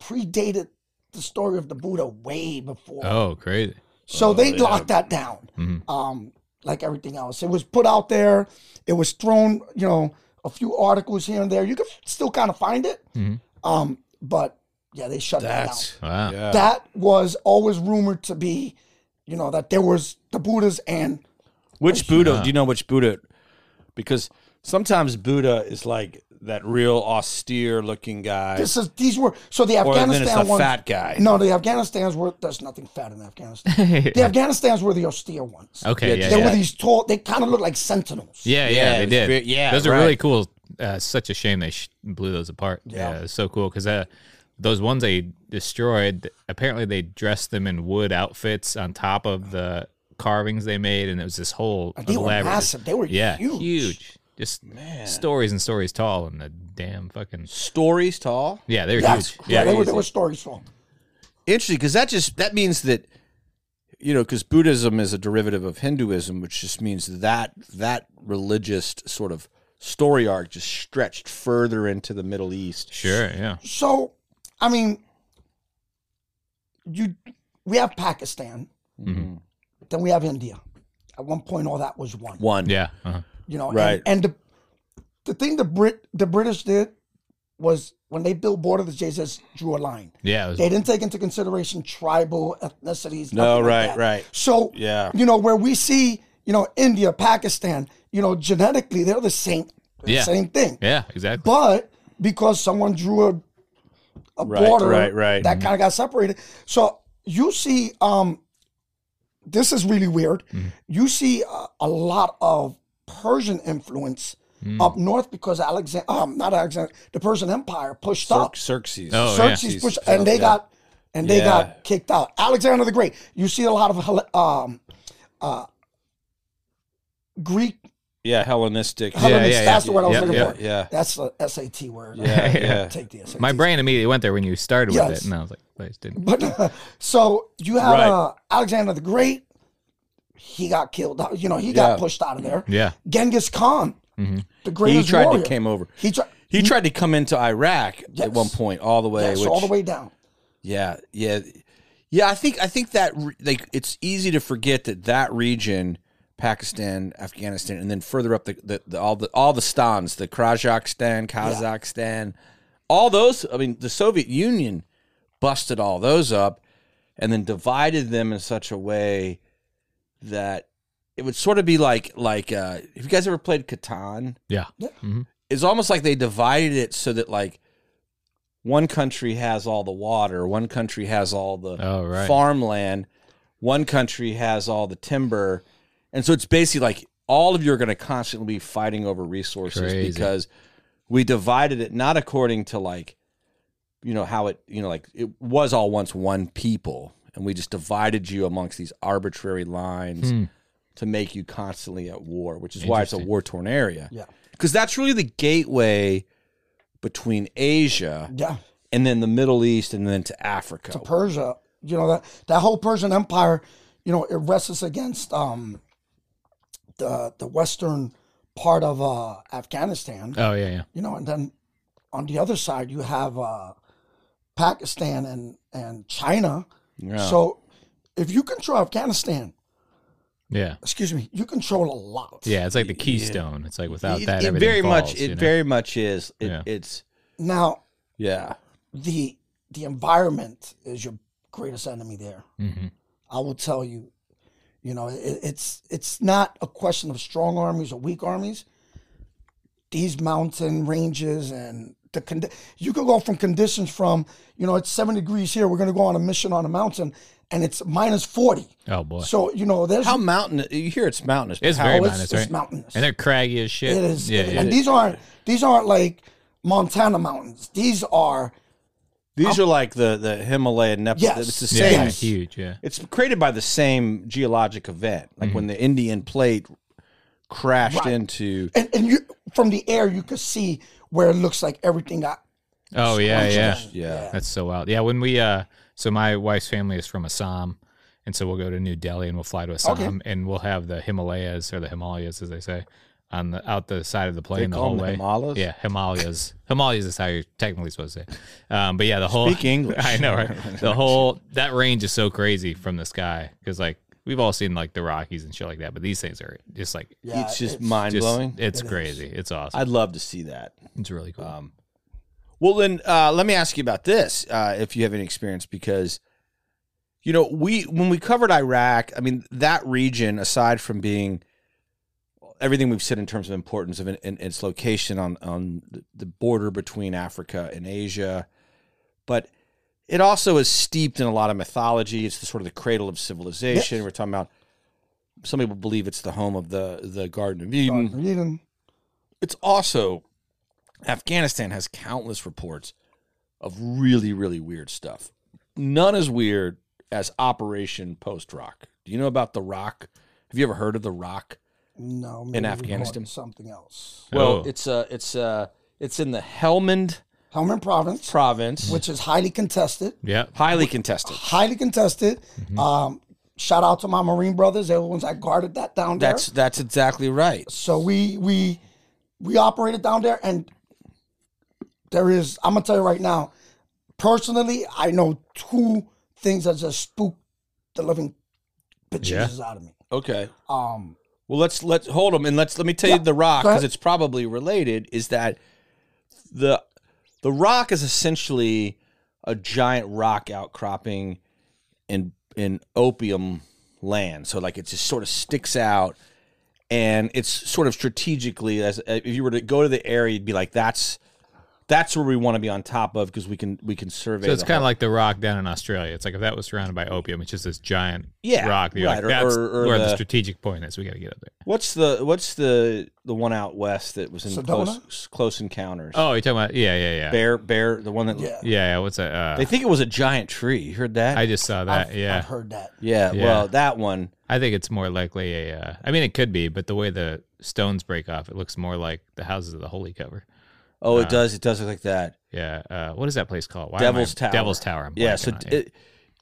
C: predated the story of the Buddha way before.
B: Oh, crazy.
C: So
A: Oh,
C: they
A: yeah.
C: locked that down.
B: Mhm.
C: Um, like everything else, it was put out there. It was thrown, you know, a few articles here and there. You could still kind of find it.
B: Mhm.
C: Um, but yeah, they shut
A: That's. Yeah.
B: Wow.
C: that down. That was always rumored to be, you know, that there was the Buddhas and
A: Which Buddha? Do you know which Buddha? Because sometimes Buddha is like that real austere looking guy,
C: this is these were so the
A: or then it's
C: Afghanistan
A: the
C: ones.
A: fat guy.
C: No, the Afghanistan's were there's nothing fat in Afghanistan.
B: [LAUGHS]
C: the Afghanistan's were the austere ones.
B: Okay. Yeah.
A: Yeah,
B: Yeah.
C: They
B: Yeah.
C: were these tall. They kind of looked like sentinels.
A: Yeah,
B: yeah,
A: it
B: They
A: was
B: did.
A: ve- yeah,
B: Those are
A: right.
B: really cool. Uh, such a shame they sh- blew those apart. Yeah. it's so cool because uh, those ones they destroyed. Apparently, they dressed them in wood outfits on top of the carvings they made, and it was this whole
C: Uh, They were
B: elaborate.
C: massive. They were
B: yeah,
C: huge.
B: Just stories and stories tall, and the damn fucking
A: Stories tall.
B: yeah, they're
C: That's
B: huge.
C: crazy. Yeah, they were,
B: Yeah,
C: they were stories from.
A: Interesting, because that just that means that you know, because Buddhism is a derivative of Hinduism, which just means that that religious sort of story arc just stretched further into the Middle East.
B: sure. Yeah,
C: So, I mean, you we have Pakistan,
A: Mm-hmm.
B: Mhm.
C: then we have India. At one point, all that was one.
A: One.
B: yeah. uh-huh.
C: You know,
A: Right.
C: And, and the the thing the Brit the British did was when they built border, the says drew a line.
B: Yeah, it was-
C: They didn't take into consideration tribal ethnicities.
A: No,
C: nothing like
A: right,
C: that.
A: right.
C: So
A: Yeah.
C: you know where we see you know India, Pakistan, you know genetically they're the same, the
B: Yeah.
C: same thing.
B: yeah, exactly.
C: But because someone drew a a
A: Right,
C: border,
A: right, right. Mm-hmm.
C: that kind of got separated. So you see, um, this is really weird.
A: Mm-hmm.
C: You see uh, a lot of Persian influence
A: Mm.
C: up north because Alexander, um, not Alexander, the Persian Empire pushed up.
A: Xerxes.
B: Oh, yeah.
C: Xerxes
A: Xerxes
C: pushed,
A: pushed
C: and
A: up,
C: they
A: yeah.
C: got and they
A: Yeah.
C: got kicked out. Alexander the Great. You see a lot of Hel- um, uh, Greek.
A: Yeah, Hellenistic.
B: yeah,
C: Hellenists,
B: yeah,
C: that's the word I was
B: yeah,
C: looking
A: yeah,
B: [LAUGHS]
C: for.
A: yeah.
C: That's the SAT word.
A: Yeah, yeah.
C: Take the SAT.
B: My brain immediately went there when you started with
C: Yes.
B: it, and I was like, wait, it didn't.
C: But [LAUGHS] uh, so you have
A: Right.
C: uh, Alexander the Great. He got killed. out- You know, he
A: Yeah.
C: got pushed out of there.
B: Yeah. mm-hmm,
C: Genghis Khan, the greatest
A: He tried
C: warrior.
A: to came over.
C: He tried.
A: He tried to come into Iraq
C: Yes.
A: at one point, all the way.
C: Yes,
A: which,
C: all the way down.
A: Yeah, yeah, yeah. I think I think that re- like it's easy to forget that that region, Pakistan, Afghanistan, and then further up the, the, the all the all the stans, the Kazakhstan, Kazakhstan, all those. I mean, the Soviet Union busted all those up, and then divided them in such a way that it would sort of be like like uh, have you guys ever played Catan?
B: Yeah. mm-hmm.
A: it's almost like they divided it so that like one country has all the water, one country has all the
B: Oh, right.
A: farmland, one country has all the timber. And so it's basically like all of you are going to constantly be fighting over resources
B: Crazy.
A: because we divided it not according to like you know how it you know like it was all once one people and we just divided you amongst these arbitrary lines
B: Hmm.
A: to make you constantly at war, which is why it's a
B: Interesting.
A: war torn area
C: Yeah,
A: because that's really the gateway between Asia
C: yeah.
A: and then the Middle East and then to Africa.
C: Persia. You know that that whole Persian Empire. You know it rests against um, the the western part of uh, Afghanistan.
B: Oh yeah, yeah.
C: you know, and then on the other side you have uh, Pakistan and and China.
A: Yeah.
C: So if you control Afghanistan,
B: Yeah.
C: excuse me, you control a lot.
B: Yeah, it's like the keystone. It's like without
A: It-
B: that,
A: it,
B: everything
A: very much,
B: falls,
A: it
B: you know?
A: very much is. It,
B: Yeah.
A: It's
C: Now
A: yeah,
C: the the environment is your greatest enemy there.
B: Mhm.
C: I will tell you, You know, it, it's it's not a question of strong armies or weak armies. These mountain ranges and the condi- you could go from conditions from you know it's seven degrees here. We're going to go on a mission on a mountain, and it's minus forty.
B: Oh boy,
C: So you know there's
A: How mountain? You hear it's mountainous. but
B: It's
A: how-
B: very
C: oh,
B: mountainous,
C: it's, it's
B: right?
C: mountainous.
B: and they're craggy as shit.
C: It is.
B: Yeah,
C: and
B: yeah.
C: these aren't these aren't like Montana mountains. These are
A: These are like the the Himalaya and Nepal.
C: Yes.
A: It's the
B: Yeah,
A: same.
B: yeah,
C: Yes.
B: huge. Yeah,
A: It's created by the same geologic event,
B: Mm-hmm.
A: like when the Indian plate crashed
C: Right.
A: into.
C: and, and you from the air you could see where it looks like everything got
B: Oh yeah, yeah,
C: squished in.
A: Yeah.
B: That's so wild. Yeah, when we uh, so my wife's family is from Assam, and so we'll go to New Delhi and we'll fly to Assam, and we'll have the Himalayas or the Himalayas, as they say, on the out the side of the plane
A: They
B: the
A: call
B: whole
A: them
B: way.
A: Himalayas?
B: Yeah, Himalayas. Himalayas is how you're technically supposed to say. It. Um, but yeah, the whole
A: Speak English.
B: [LAUGHS] I
A: [LAUGHS]
B: know, right? The whole that range is so crazy from the sky because like we've all seen like the Rockies and shit like that, but these things are just like
C: Yeah,
A: it's just mind
B: just
A: blowing.
B: it's crazy. It's awesome.
A: I'd love to see that.
B: it's really cool.
A: Um, Well, then uh, let me ask you about this, uh, if you have any experience, because you know we when we covered Iraq, I mean that region, aside from being everything we've said in terms of importance of in, in, its location on on the- the border between Africa and Asia, but it also is steeped in a lot of mythology. It's the sort of the cradle of civilization. We're talking about. Some people believe it's the home of the the Garden of Eden
C: Reading.
A: it's also Afghanistan has countless reports of really, really weird stuff. None as weird as Operation Post Rock. Do you know about the Rock? Have you ever heard of the Rock?
C: No, maybe we call it
A: Afghanistan?
C: something else.
B: Well, Oh.
A: it's uh, it's uh, it's in the Helmand
C: Helmand Province,
A: province,
C: which is highly contested,
B: yeah,
A: highly contested.
C: highly contested.
A: Mm-hmm.
C: Um, shout out to my Marine brothers; they're the ones that guarded that down there.
A: That's that's exactly right.
C: so we we we operated down there, and there is. I'm gonna tell you right now. Personally, I know two things that just spooked the living bejesus out of me.
A: Okay.
C: Um,
A: Well, let's let's hold them and let's let me tell you
C: Yeah,
A: the rock
C: go ahead.
A: because it's probably related. Is that the the rock is essentially a giant rock outcropping in in opium land. So like it just sort of sticks out, and it's sort of strategically as uh, if you were to go to the area, you'd be like that's that's where we want to be on top of because we can we can survey.
B: So it's
A: the
B: kind
A: whole-
B: of like the rock down in Australia. It's like if that was surrounded by opium, it's just this giant
A: Yeah,
B: rock. You're
A: right,
B: like,
A: or-
B: that's
A: or- or
B: where the,
A: the-
B: strategic point is. We got to get up there.
A: what's the what's the the one out west that was in
C: Sedona?
A: close close encounters.
B: Oh, you're talking about yeah, yeah, yeah,
A: Bear, bear, the one that
C: yeah,
B: yeah. yeah, What's that? Uh,
A: They think it was a giant tree. You heard that?
B: I just saw that.
C: I've,
B: yeah,
C: I've heard that.
A: yeah,
B: Yeah.
A: Well, that one.
B: I think it's more likely a. Uh, I mean, it could be, but the way the stones break off, it looks more like the houses of the holy cover.
A: Oh, it does. It does look like that.
B: Yeah. Uh, what is that place called? Why am I-
A: Devil's Tower.
B: Devil's Tower. I'm
A: yeah.
B: blanking
A: So
B: on it.
A: it,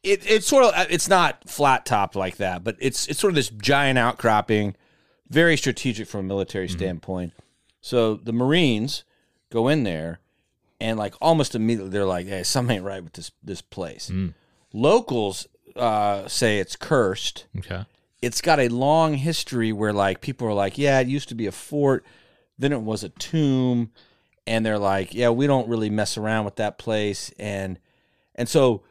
A: it it's sort of uh, it's not flat topped like that, but it's it's sort of this giant outcropping, very strategic from a military standpoint. So the Marines go in there, and like almost immediately they're like, "Hey, something ain't right with this this place." Locals uh, say it's cursed.
B: okay.
A: it's got a long history where like people are like, yeah, it used to be a fort, then it was a tomb, and they're like, yeah, we don't really mess around with that place, and and so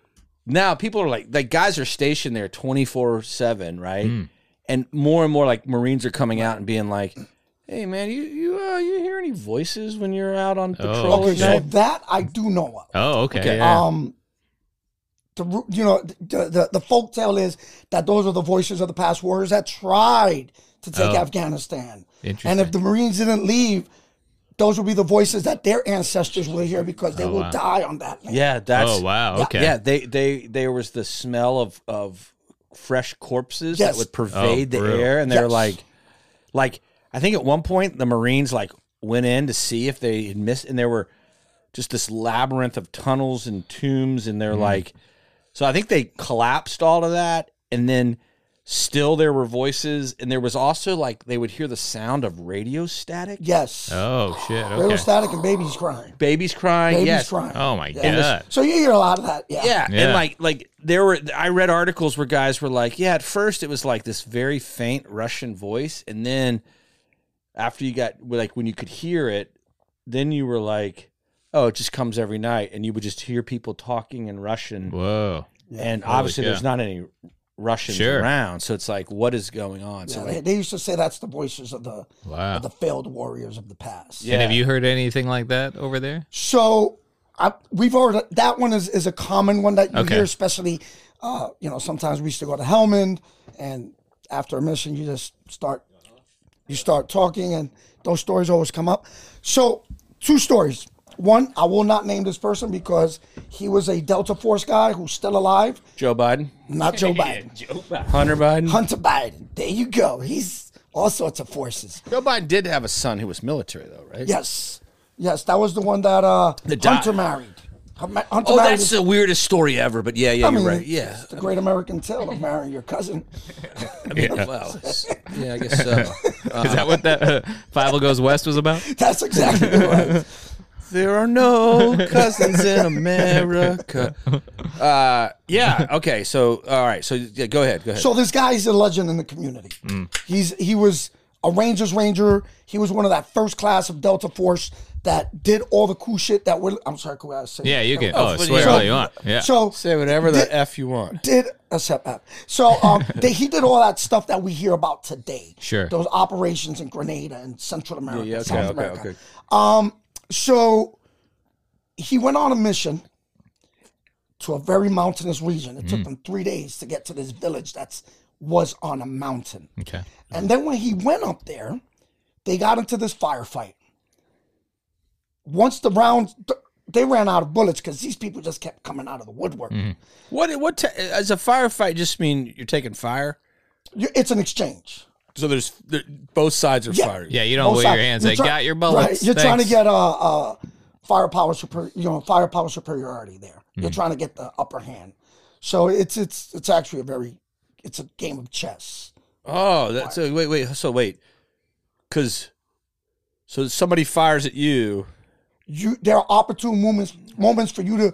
A: now people are like, like guys are stationed there twenty four seven, right? And more and more like Marines are coming out and being like, hey man, you you uh, you hear any voices when you're out on patrol?
B: Okay.
A: or
C: Okay, so
A: something?
C: that I do know of.
B: Oh, okay.
A: Okay,
B: Oh, yeah.
C: Um, the ru- you know the, the the folk tale is that those are the voices of the past warriors that tried to take
B: Oh.
C: Afghanistan, and
B: Interesting.
C: if the Marines didn't leave, those would be the voices that their ancestors will hear because they will
B: Oh, wow.
C: die on that land.
A: Yeah, that's
B: oh, wow. Okay.
A: Yeah, they they there was the smell of of fresh corpses
C: Yes.
A: that would pervade
B: Oh,
A: the
B: brutal.
A: air, and they were
C: Yes.
A: like, like I think at one point the Marines like went in to see if they had missed, and there were just this labyrinth of tunnels and tombs, and they're
B: Mm-hmm.
A: like, so I think they collapsed all of that, and then still there were voices, and there was also like they would hear the sound of radio static,
C: Yes,
B: Oh shit.
C: radio
B: Okay.
C: static and babies crying,
A: babies crying,
C: babies
A: yes,
C: crying.
B: Oh my
C: Yeah.
B: god.
C: So you hear a lot of that. Yeah.
A: Yeah.
B: Yeah.
A: And like like there were I read articles where guys were like, yeah, at first it was like this very faint Russian voice and then after you got like when you could hear it, then you were like, oh, it just comes every night and you would just hear people talking in Russian
B: Whoa.
A: and
B: Holy
A: obviously
B: cow.
A: there's not any Russians
B: Sure.
A: around. So it's like, what is going on? so
C: Yeah,
A: like,
C: they, they used to say that's the voices of the
B: Wow.
C: of the failed warriors of the past.
A: Yeah.
B: And have you heard anything like that over there?
C: So I, we've already that one is, is a common one that you
B: Okay.
C: hear, especially uh, you know sometimes we used to go to Helmand, and after a mission you just start you start talking, and those stories always come up. So two stories. One, I will not name this person because he was a Delta Force guy who's still alive,
A: Joe Biden,
C: not Joe Biden.
A: Hunter Biden.
C: Hunter Biden. There you go. He's all sorts of forces.
A: Joe Biden did have a son who was military, though, right?
C: Yes. Yes, that was the one that uh,
A: dot.
C: Hunter married. Hun- Hunter
A: Oh,
C: married
A: that's the weirdest story ever. But yeah, yeah,
C: I
A: you're
C: mean,
A: right. Yeah.
C: It's the great American tale of marrying your cousin. [LAUGHS]
A: Well, it's- yeah, I guess so.
C: [LAUGHS]
B: Is that what that uh, Five Goes West was about?
A: [LAUGHS]
C: That's exactly right.
A: There are [LAUGHS] no cousins in [LAUGHS] America. Uh, yeah. Okay. So, all right. So, yeah, go ahead. Go ahead.
C: So this guy's a legend in the community.
A: Mm.
C: He's he was a Rangers Ranger. He was one of that first class of Delta Force that did all the cool shit that we're. I'm sorry, could I say?
B: Yeah, you can. Oh,
A: but
B: swear
A: yeah.
B: all you want. Yeah.
C: So
A: Say whatever the f you want.
C: did except that. So um, [LAUGHS] they, he did all that stuff that we hear about today.
B: Sure.
C: Those operations in Grenada and Central America,
A: Yeah. Okay.
C: South
A: Okay.
C: America.
A: Okay.
C: So he went on a mission to a very mountainous region. It took them three days to get to this village that's was on a mountain.
B: okay.
C: And then when he went up there, they got into this firefight. Once the rounds, th- they ran out of bullets because these people just kept coming out of the woodwork.
A: What? What? T- as a firefight, just mean you're taking fire.
C: You- It's an exchange.
A: So there's there, both sides are
C: Yeah.
A: firing.
B: Yeah, you don't
C: Both
B: wave Oh, your
C: sides.
B: hands.
C: You're
B: Like,
C: try-
B: got your bullets.
C: Right. You're trying to
B: thanks."
C: get a uh, uh, firepower super, you know, firepower superiority there. You're
B: Hmm.
C: trying to get the upper hand. So it's it's it's actually a very it's a game of chess.
A: Oh, that's so wait, wait. So wait, because so somebody fires at you.
C: You there are opportune moments moments for you to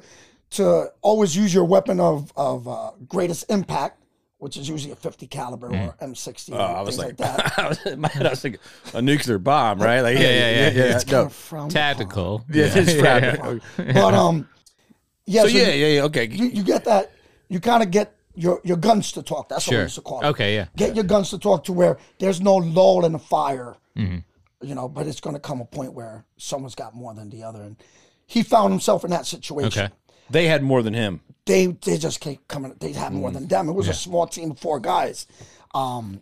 C: to always use your weapon of of uh, greatest impact, which is usually a 50 caliber
B: Hmm.
C: or M60.
A: Oh, I was
C: things
A: like, [LAUGHS]
C: like, that.
A: I was, in my head, I was like a nuclear bomb, right? Like, yeah,
B: yeah, yeah.
A: yeah. No,
C: From [LAUGHS]
B: tactical.
A: [LAUGHS] yeah, it's yeah.
B: [LAUGHS]
C: But um, yeah.
A: So
C: so
A: yeah, yeah, yeah. Okay,
C: you, you get that you kind of get your your guns to talk that's what we
B: Sure.
C: used to call it
B: Okay, yeah.
C: get your guns to talk to where there's no lull in the fire
B: Mm-hmm.
C: you know but it's going to come a point where someone's got more than the other and he found himself in that situation
B: Okay.
A: they had more than him.
C: they they just keep coming they had
B: Mm-hmm.
C: more than them it was a small team of four guys um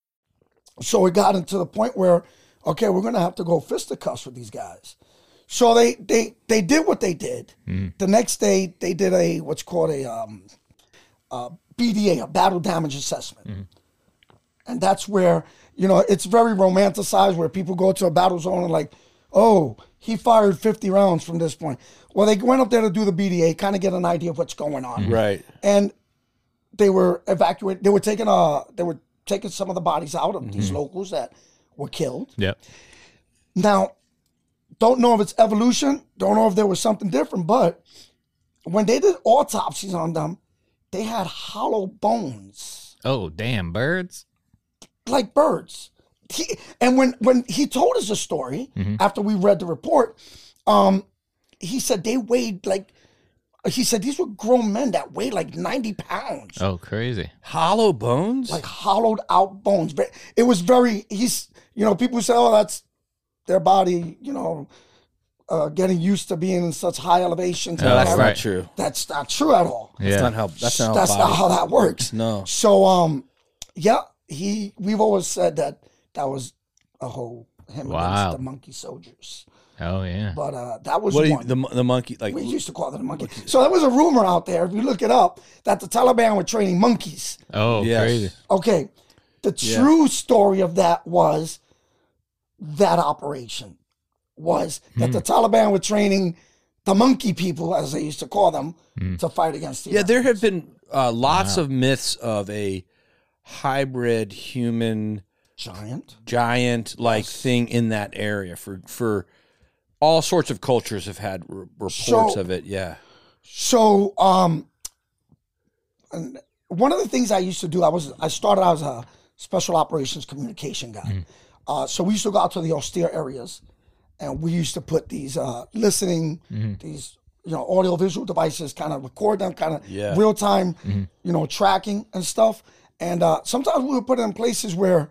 C: so it got into the point where okay we're going to have to go fisticuffs with these guys so they they they did what they did the next day they did a what's called a um BDA, a battle damage assessment. And that's where, you know, it's very romanticized where people go to a battle zone and like, oh, he fired 50 rounds from this point. Well, they went up there to do the BDA, kind of get an idea of what's going on.
A: Right.
C: And they were evacuated. They were taking uh they were taking some of the bodies out of these locals that were killed.
B: Yep.
C: Now, don't know if it's evolution, don't know if there was something different, but when they did autopsies on them, they had hollow bones
B: Oh, damn, birds.
C: like birds. He, and when when he told us the story after we read the report, um, he said they weighed like he said these were grown men that weighed like ninety pounds,
B: Oh, crazy.
A: Hollow bones.
C: like hollowed out bones. But it was very he's you know people say oh that's their body you know uh, getting used to being in such high elevations.
A: no,
B: Oh,
A: that's
B: right.
A: not true.
C: That's not true at all.
B: Yeah.
A: That's not how. That's not how.
C: that's not
A: bodies-
C: how that
A: [LAUGHS]
C: works.
A: No.
C: So um, yeah, he we've always said that that was a whole him
B: Wow.
C: against the monkey soldiers,
B: Oh, yeah.
C: but uh, that was
A: What do you,
C: one.
A: the mon- the monkey like?
C: we used to call it a monkey. So there was a rumor out there. If you look it up, that the Taliban were training monkeys.
B: Oh,
A: Yes.
B: crazy.
C: Okay, the true story of that was that operation was that the Taliban were training the monkey people, as they used to call them, to fight against the.
A: Yeah, there have been Uh, lots of myths of a hybrid human
C: Giant.
A: giant like thing in that area for for all sorts of cultures have had r- reports
C: So-
A: of it. Yeah.
C: So, um, and one of the things I used to do, I was I started out as a special operations communication guy. Uh, so we used to go out to the austere areas, and we used to put these uh, listening, these you know audio visual devices, kind of record them, kind of
A: Yeah.
C: real time, you know tracking and stuff. And uh, sometimes we would put it in places where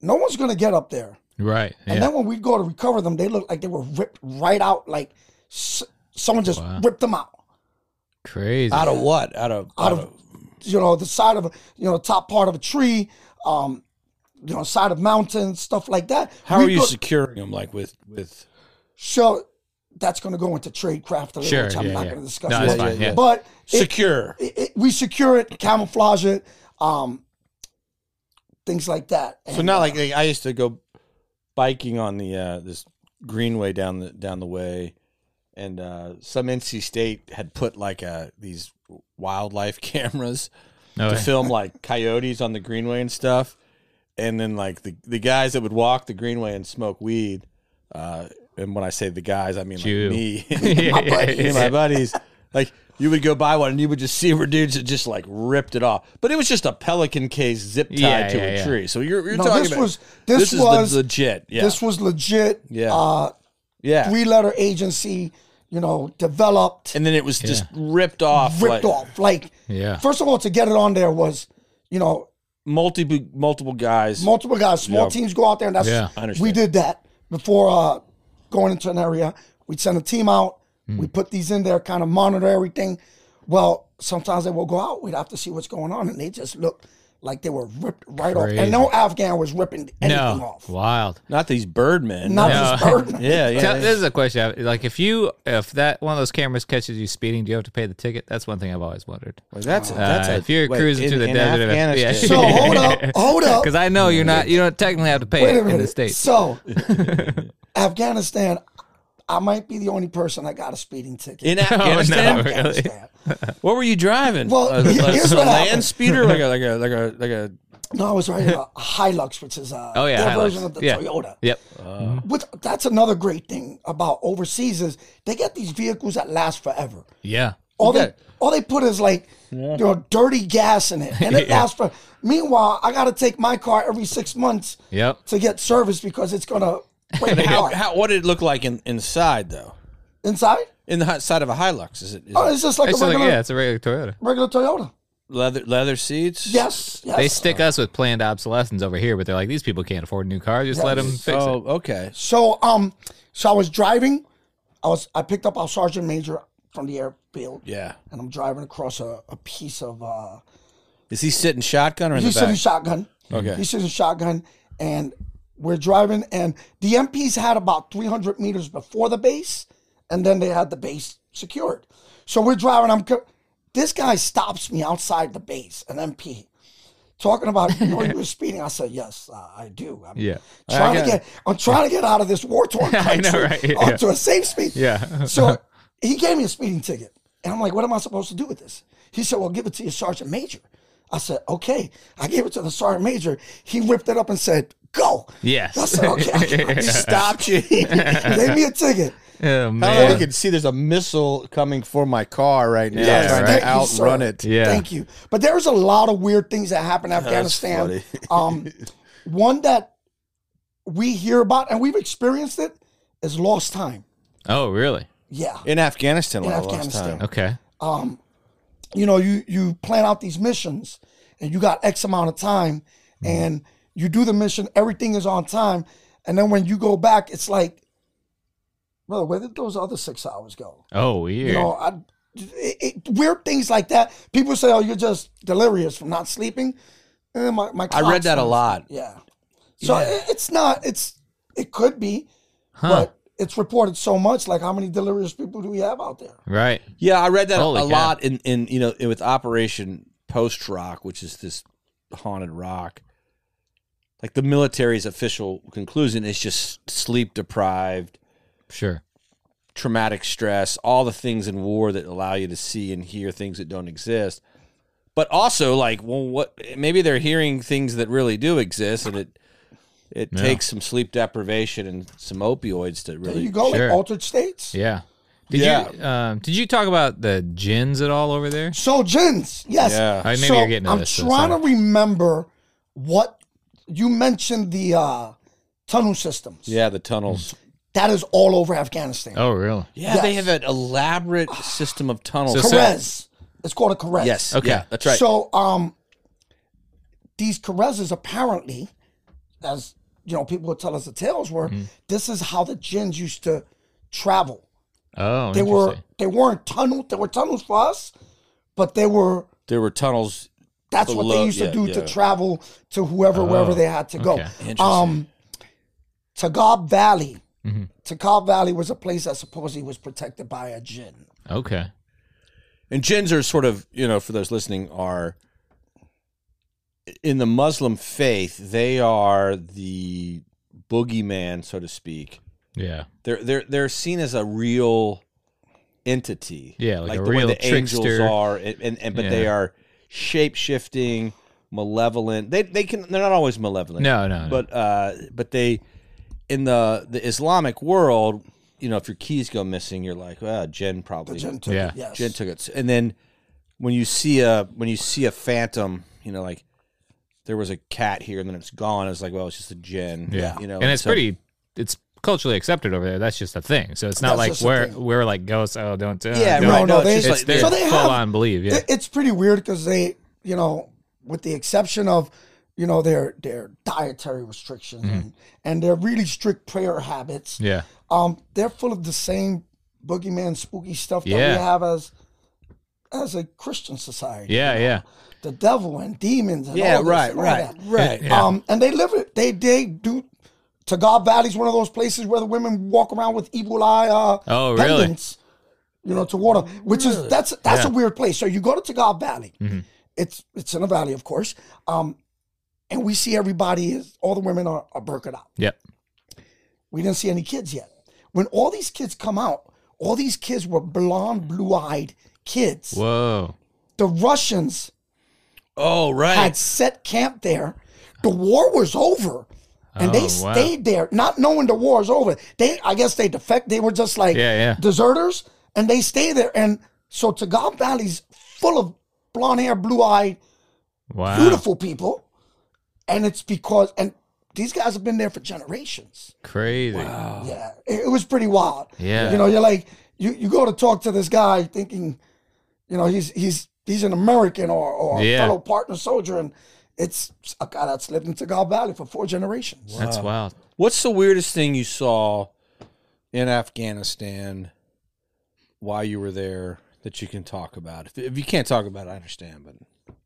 C: no one's gonna get up there.
B: Right. Yeah.
C: And then when we go to recover them, they look like they were ripped right out, like s- someone just ripped them out
B: Crazy.
A: Out of what? Out of out,
C: out of you know the side of a you know top part of a tree um you know side of mountains stuff like that
A: How
C: We
A: are you
C: could-
A: securing them? Like with with
C: so that's going to go into trade craft later,
B: Sure,
C: which i'm
B: yeah,
C: not
B: yeah.
C: going to discuss
B: No,
C: now.
B: that's fine, yeah.
C: but it,
A: secure?
C: it- it- we secure it camouflage it um things like that
A: So not like like, I used to go biking on the uh, this greenway down the down the way, and uh, some NC State had put like uh, these wildlife [LAUGHS] cameras
B: No
A: to
B: way.
A: film like coyotes on the greenway and stuff, and then like the the guys that would walk the greenway and smoke weed. Uh, and when I say the guys, I mean like
B: You.
A: me, [LAUGHS]
B: [LAUGHS] Yeah,
A: my buddies,
B: yeah, yeah.
A: my buddies. Like you would go buy one, and you would just see where dudes had just like ripped it off. But it was just a pelican case zip tied
B: Yeah,
A: to
B: yeah,
A: a
B: yeah.
A: tree. So you're, you're
C: No,
A: talking
C: this
A: about
C: was- this
A: is
C: was-
A: the legit. Yeah,
C: this was legit
A: Yeah.
C: uh
A: yeah.
C: three letter agency you know developed
A: and then it was just ripped off, like,
C: ripped off like
B: Yeah.
C: first of all to get it on there was you know
A: multiple multiple guys.
C: multiple guys, small
A: Yeah.
C: teams go out there, and that's
B: Yeah,
A: I understand.
C: we did that before uh, going into an area. We'd send a team out,
B: Hmm.
C: we put these in there, kind of monitor everything. Well, sometimes they will go out. We'd have to see what's going on, and they just looked like they were ripped right off.
B: Crazy.
C: And no Afghan was ripping anything
B: no.
C: off.
B: Wild.
A: not these birdmen.
C: Not
A: No.
B: [LAUGHS]
C: just bird.
A: yeah, yeah.
B: Tell-
A: yeah.
B: This is a question. I have. Like, if you, if that one of those cameras catches you speeding, do you have to pay the ticket? That's one thing I've always wondered.
A: Well, that's
B: Uh,
A: that's a,
B: if you're
A: wait,
B: cruising
A: in-
B: through the
A: in
B: desert, of-
A: Afghanistan.
B: yeah.
A: [LAUGHS]
C: So hold up,
B: [LAUGHS]
C: hold up.
B: Because I know you're not. You don't technically have to pay
C: Wait a
B: it in the
C: minute.
B: states. [LAUGHS]
C: So, Afghanistan, I might be the only person that got a speeding ticket.
A: In Afghanistan,
B: really?
C: Afghanistan.
A: what were you driving?
C: Well,
A: a, a-
C: here's
A: a
C: what
A: land
C: happened.
A: speeder, like a like a like a like a.
C: No, I was right.
B: [LAUGHS]
C: Uh, Hilux, which is uh,
B: oh yeah,
C: their
B: Hilux.
C: version of the
B: yeah.
C: Toyota.
B: Yep.
C: Which that's another great thing about overseas is they get these vehicles that last forever.
B: Yeah.
C: All
A: Yeah.
C: they all they put is like you know dirty gas in it,
B: [LAUGHS]
C: and it lasts for. Meanwhile, I got to take my car every six months
B: Yep.
C: to get service because
B: [LAUGHS]
C: it's gonna
A: [LAUGHS]
C: break
A: How,
C: down
A: how what did it look like in, inside though?
C: inside.
A: In the side of a Hilux, is it, is
C: Oh,
A: it
C: it's just like
B: It's
C: a
B: like,
C: regular
B: yeah, it's a regular Toyota.
C: regular Toyota.
A: leather leather seats?
C: Yes, yes.
B: They stick us with planned obsolescence over here, but they're like, these people can't afford new cars. Just let them fix it.
A: Oh, okay.
C: So um, so I was driving. I was I picked up our sergeant major from the airfield.
A: Yeah.
C: and I'm driving across a, a piece of uh
A: Is he sitting shotgun or in
C: he's
A: the back?
C: sitting shotgun.
A: Okay.
C: He's sitting shotgun and we're driving and the MPs had about three hundred meters before the base and then they had the base secured. So we're driving, I'm co- this guy stops me outside the base, an MP. Talking about you know you
A: [LAUGHS]
C: were speeding, I said yes, uh, I do. I'm
B: Yeah.
C: trying
A: I
C: to
A: got-
C: get, I'm trying to get out of this war
A: [LAUGHS]
C: torn
B: I know,
C: country
B: right? Yeah.
C: onto a safe speed.
B: Yeah. [LAUGHS]
C: So he gave me a speeding ticket. And I'm like, what am I supposed to do with this? He said, well, give it to your sergeant major. I said, okay. I gave it to the sergeant major. He ripped it up and said, go.
B: Yes.
C: I
B: [LAUGHS]
C: said, okay.
A: He stopped
C: [LAUGHS]
A: you.
C: gave me a ticket.
B: Oh,
A: I
B: man.
A: can see there's a missile coming for my car right now,
B: Yeah,
A: trying
C: Thank
A: to
C: you,
A: outrun
C: sir.
A: it.
B: Yeah.
C: Thank you. But there was a lot of weird things that happen in Afghanistan. [LAUGHS] um, one that we hear about and we've experienced it is lost time.
B: Oh, really?
C: Yeah.
A: In Afghanistan,
C: In
A: like last
C: Afghanistan.
A: time.
B: Okay.
C: you know you you plan out these missions and you got x amount of time
A: Mm-hmm.
C: and you do the mission everything is on time and then when you go back it's like well where did those other six hours go
B: Oh, weird.
C: you know I, it, it- weird things like that people say oh you're just delirious from not sleeping Eh, my, my
A: I read
C: clock's
A: that a
C: not-
A: lot.
C: yeah so it- it's not it's it could be but it's reported so much like how many delirious people do we have out there
B: right.
A: Yeah, I read that
B: Holy
A: a
B: cow.
A: lot in, in you know in- with Operation Post Rock, which is this haunted rock. Like the military's official conclusion is just sleep deprived,
B: Sure.
A: traumatic stress, all the things in war that allow you to see and hear things that don't exist. But also, like, well, what? Maybe they're hearing things that really do exist, and it it
B: Yeah.
A: takes some sleep deprivation and some opioids to
C: There you
A: really.
C: go,
B: Sure.
C: like altered states.
B: Yeah. Did you um, did you talk about the gins at all over there?
C: So gins, yes.
A: Yeah.
B: I- maybe
C: so
B: you're getting to
C: I'm
B: this, so
C: trying
B: sorry.
C: to remember what you mentioned the uh, tunnel systems.
A: Yeah, the tunnels.
C: That is all over Afghanistan.
B: Oh, really?
A: Yeah, they have an elaborate system of tunnels.
B: So-
C: Karez. It's called a Karez.
A: yes.
B: Okay.
A: Okay. Yeah, that's right.
C: So um these Karezes apparently, as you know, people would tell us the tales were,
B: Mm.
C: this is how the gins used to travel.
B: Oh,
C: They were
B: interesting.
C: they weren't tunnel they were tunnels for us, but they were
A: there were tunnels.
C: that's
A: The
C: what
A: lo-
C: they used
A: yeah,
C: to do
A: yeah.
C: to travel to whoever wherever they had to go.
B: okay.
C: Um Tagab Valley.
B: Mhm.
C: Tagab Valley was a place that supposedly was protected by a jinn.
B: Okay.
A: And jinns are sort of, you know, for those listening, are in the Muslim faith, they are the boogeyman, so to speak.
B: Yeah.
A: They're they're they're seen as a real entity.
B: Yeah, like a
A: the way
B: real
A: the angels
B: trickster.
A: are, and, and, and but they
B: Yeah.
A: are shape shifting, malevolent. They they can they're not always malevolent.
B: No, no, no.
A: But uh, but they in the the Islamic world, you know, if your keys go missing, you're like, well, jinn
C: The
A: probably
C: jinn took
B: Yeah.
C: it, yes.
A: Jen took it. And then when you see a when you see a phantom, you know, like there was a cat here and then it's gone. It's like, well, it's just a Jen.
B: Yeah.
A: You know,
B: and it's
A: so-
B: pretty. It's culturally accepted over there. That's just a thing. So it's not
C: That's just a
B: like we're
C: thing.
B: we're like ghosts. Oh, don't. do
A: Yeah,
B: don't.
A: right.
C: No,
A: No, it's
C: no, they-
A: just
B: It's
A: like
B: their
C: So they
B: full
C: have-
B: on belief. Yeah.
C: It- it's pretty weird because they, you know, with the exception of, you know, their their dietary restrictions and, and their really strict prayer habits,
B: yeah.
C: um, they're full of the same boogeyman spooky stuff that
B: Yeah.
C: we have as as a Christian society.
B: Yeah. Yeah.
C: The devil and demons and
A: Yeah,
C: all this
A: right,
C: and all
A: right,
C: that.
A: right.
B: Yeah.
C: Um, and they live it. They they do. Tagab Valley's one of those places where the women walk around with evil eye. Uh,
B: Oh, really?
C: pendants, You know, to water, which is that's that's a weird place. So you go to Tagab Valley. It's it's in a valley, of course. Um, and we see everybody is all the women are are burkaed out.
B: Yep.
C: We didn't see any kids yet. When all these kids come out, all these kids were blonde, blue-eyed kids.
B: Whoa.
C: The Russians
A: Oh right.
C: had set camp there. The war was over. And they
B: Oh, wow.
C: stayed there, not knowing the war is over. They, I guess, they defect. They were just like
B: Yeah, yeah.
C: deserters, and they stay there. And so Tagab Valley's full of blonde hair, blue eyed,
B: Wow.
C: beautiful people, and it's because and these guys have been there for generations.
B: Crazy.
C: Yeah, it, it was pretty wild.
B: Yeah.
C: you know, you're like you, you go to talk to this guy thinking, you know, he's he's he's an American or or a
B: Yeah.
C: fellow partner soldier, and it's a guy that's lived in Tagal Valley for four generations.
B: That's wild.
A: What's the weirdest thing you saw in Afghanistan while you were there that you can talk about? If, if you can't talk about, it, I understand. But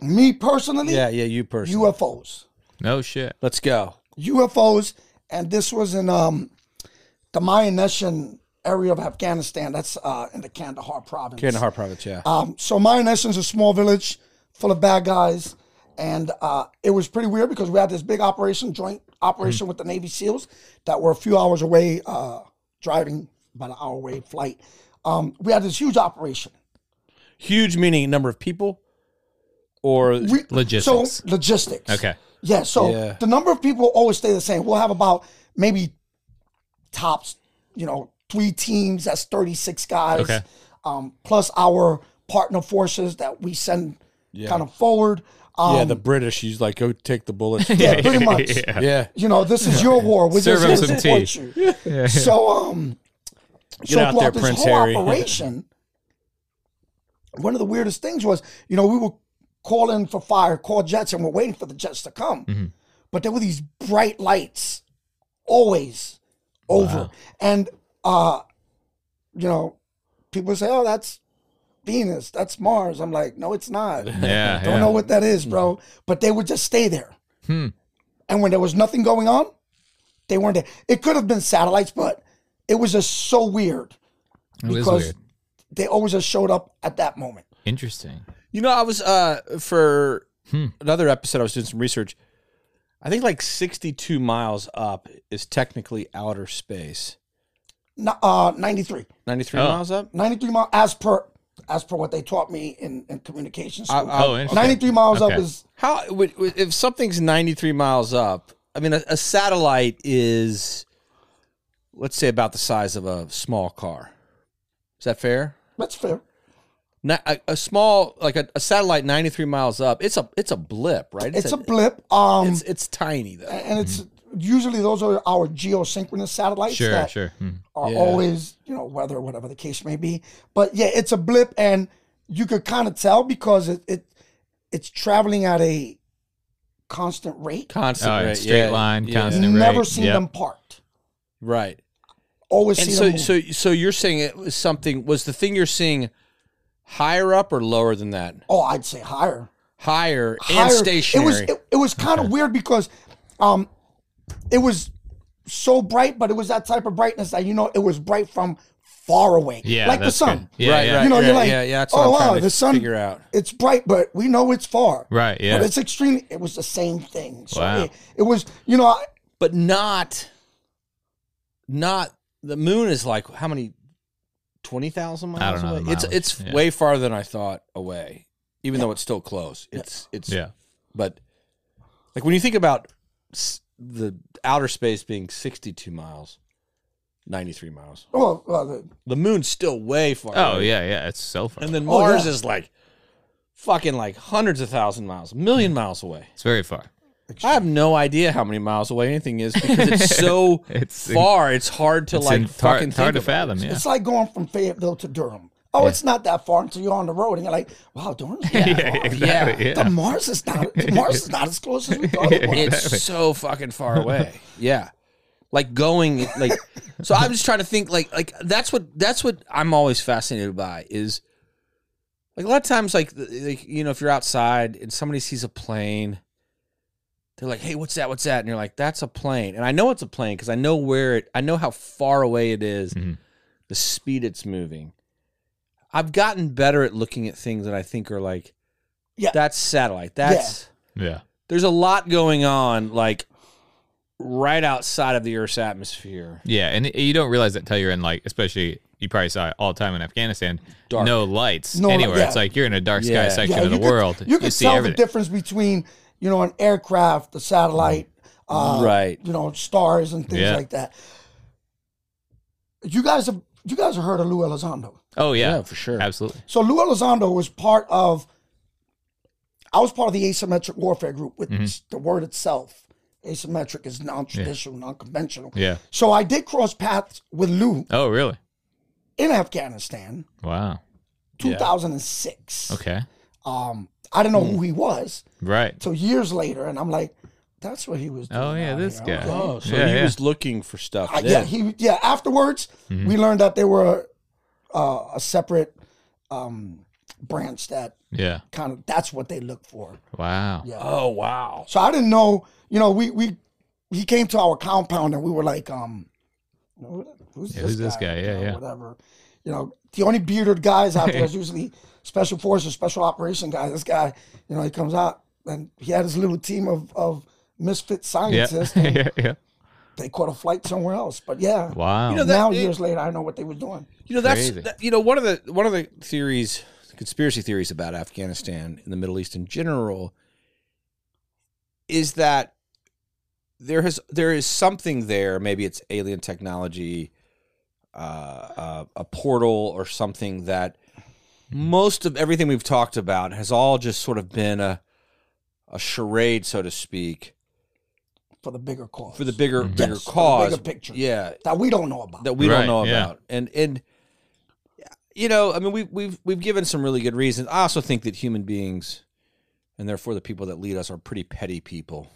C: Me personally,
A: yeah, yeah, you personally.
C: UFOs,
B: No shit.
A: Let's go.
C: UFOs, and this was in um the Mayanesian area of Afghanistan. That's uh in the Kandahar province.
A: Kandahar province. Yeah.
C: Um, so Mayanesh is a small village full of bad guys, and uh, it was pretty weird because we had this big operation, joint operation with the Navy SEALs that were a few hours away, uh, driving about an hour away flight. Um, we had this huge operation.
A: Huge meaning number of people, or
C: We,
B: Logistics.
C: So logistics.
B: Okay.
C: Yeah. So
A: Yeah.
C: the number of people always stay the same. We'll have about maybe tops, you know, three teams. That's thirty-six guys.
B: Okay.
C: Um, plus our partner forces that we send kind of forward. Um,
A: yeah, the British. He's like, go take the [LAUGHS] bullets.
C: Yeah,
B: [LAUGHS]
C: pretty much.
B: yeah.
A: yeah.
C: You know, this is your war. We're
B: Serve
C: just
B: him
C: here
B: some
C: to
A: [LAUGHS]
C: support you. So, um,
A: Get out there, Prince
C: whole
A: Harry. [LAUGHS]
C: operation, one of the weirdest things was, you know, we were calling for fire, call jets, and we're waiting for the jets to come.
A: Mm-hmm.
C: But there were these bright lights always over. And, uh, you know, people say, oh, that's Venus, that's Mars. I'm like, no,
A: [LAUGHS]
C: it's not.
B: Yeah.
C: [LAUGHS] Don't know what that is, bro. But they would just stay there.
B: Hmm.
C: And when there was nothing going on, they weren't there. It could have been satellites, but it was just so weird
B: It was
C: because
B: weird.
C: they always just showed up at that moment.
B: Interesting.
A: You know, I was uh for
B: Hmm.
A: another episode. I was doing some research. I think like sixty-two miles up is technically outer space.
C: N- uh, 93.
A: Ninety-three
B: Oh.
A: miles up.
C: 93 miles as per as per what they taught me in, in communication
A: I-
C: school.
A: I-
B: Oh, interesting.
C: 93 miles up
B: Okay.
C: is
A: How would, would- if something's 93 miles up? I mean, a, a satellite is, let's say, about the size of a small car. Is that fair?
C: that's fair.
A: Na- a, a small, like a, a satellite, 93 miles up. It's a it's a blip, right?
C: It's a blip. Um,
A: It's, it's tiny though.
C: and it's usually those are our geosynchronous satellites
B: Sure,
C: that
B: sure. Hmm.
C: are
A: Yeah.
C: always, you know, weather, whatever the case may be. But yeah, it's a blip, and you could kind of tell because it, it it's traveling at a constant rate.
A: Constant
B: Oh,
A: rate,
B: it's straight
A: yeah,
B: line,
A: yeah.
B: constant- rate,
C: Never seen
B: yep.
C: them parked.
A: Right.
C: Always
A: And
C: seen
A: so,
C: them. move.
A: so, so you're saying it was something. Was the thing you're seeing higher up or lower than that?
C: oh, I'd say higher.
A: Higher,
C: higher.
A: and stationary.
C: It was it, it was kind of weird because, um, it was so bright, but it was that type of brightness that you know it was bright from far away,
B: Yeah,
C: like the
B: that's
C: sun.
B: good. Yeah,
A: right,
B: yeah.
A: right.
C: You know,
A: right,
C: you're like,
A: yeah, yeah. That's what
C: oh
A: I'm trying
C: wow,
A: to
C: the sun.
A: figure out.
C: It's bright, but we know it's far.
B: Right, yeah.
C: But it's extremely. It was the same thing. So
B: Wow.
C: it, it was, you know, I-
A: but not not the moon is like how many 20,000 miles
B: I don't know the
A: away it's
B: mileage,
A: it's
B: yeah.
A: way farther than i thought away even though it's still close it's it's
B: Yeah.
A: but like when you think about s- the outer space being 62 miles 93 miles
C: well, well, the-
A: the moon's still way far
B: Oh
A: away.
B: yeah, yeah. It's so far.
A: and then
C: Oh,
A: mars
C: yeah.
A: is like fucking like hundreds of thousand miles a million miles away
B: it's very far.
A: I have no idea how many miles away anything is because it's so
B: [LAUGHS] It's in-
A: far. it's hard to
B: It's
A: like
B: in- hard-
A: fucking
B: it's hard
A: think
B: to
A: about.
B: fathom. Yeah.
C: it's like going from Fayetteville to Durham. Oh, it's not that far until you're on the road, and you're like, "Wow,
B: [LAUGHS]
C: Durham's not that far.
B: exactly,
C: The Mars is not Mars is not as close
B: [LAUGHS]
C: as we thought it
A: [LAUGHS]
C: was."
A: It's so fucking far away. yeah, like going like. So I'm just trying to think like like that's what that's what I'm always fascinated by is like a lot of times like the- like you know if you're outside and somebody sees a plane. They're like, hey, what's that? What's that? And you're like, that's a plane. And I know it's a plane because I know where it, I know how far away it is.
B: Mhm.
A: the speed it's moving. I've gotten better at looking at things that I think are like,
C: Yeah.
A: that's satellite. That's
B: Yeah.
A: there's a lot going on like right outside of the Earth's atmosphere.
B: Yeah, and it- you don't realize that until you're in like, especially you probably saw it all the time in Afghanistan.
A: Dark.
B: No lights
C: No,
B: anywhere.
C: yeah.
B: It's like you're in a dark sky
A: Yeah.
B: section of the
C: you could-
B: world.
C: you can
B: see
C: tell
B: everything.
C: the difference between you know an aircraft, the satellite, uh,
A: Right.
C: You know stars and things
B: Yeah.
C: like that. You guys have you guys have heard of Lou Elizondo?
B: oh yeah,
A: Yeah, for sure.
B: absolutely.
C: So Lou Elizondo was part of. I was part of the asymmetric warfare group, which the word itself, asymmetric, is non-traditional, non-conventional.
B: Mm-hmm. Yeah.
C: So I did cross paths with Lou
B: Oh really?
C: in Afghanistan,
B: Wow.
C: 2006.
B: Okay. Mm.
C: Um, I didn't know who he was.
B: Right.
C: So years later, and I'm like, that's what he was doing.
B: Oh yeah,
C: out
B: this
C: here.
B: guy.
A: Oh, so
B: yeah,
A: he
B: yeah.
A: was looking for stuff.
C: Uh, yeah,
A: then.
C: he yeah. Afterwards,
B: Mm-hmm.
C: we learned that they were uh, a separate um, branch that
B: Yeah.
C: kind of that's what they look for.
B: Wow.
C: Yeah.
A: Oh wow.
C: So I didn't know. You know, we we he came to our compound and we were like, um, you know, who's,
B: Yeah,
C: this,
B: who's this guy?
C: You
B: Yeah,
C: know,
B: yeah.
C: Whatever. You know, the only bearded guys
B: [LAUGHS]
C: out there is usually special forces, special operation guys. This guy, you know, he comes out and he had his little team of of misfit
B: Yeah.
C: scientists. and
B: yeah. [LAUGHS] yeah.
C: they caught a flight somewhere else. But yeah,
B: Wow.
A: You know, that-
C: now
A: it-
C: years later, I know what they were doing.
A: You know that's
B: Crazy.
A: that, you know one of the one of the theories, conspiracy theories about Afghanistan and the Middle East in general, is that there has there is something there. Maybe it's alien technology, uh, uh, a portal or something that most of everything we've talked about has all just sort of been a a charade, so to speak,
C: for the bigger cause.
A: for the bigger
B: Mhm.
A: bigger
C: Yes, for the
A: cause.
C: bigger picture.
A: Yeah,
C: that we don't know about.
A: that we
B: Right,
A: don't know
B: yeah.
A: about. And and you know, I mean, we we've we've given some really good reasons. I also think that human beings, and therefore the people that lead us, are pretty petty people.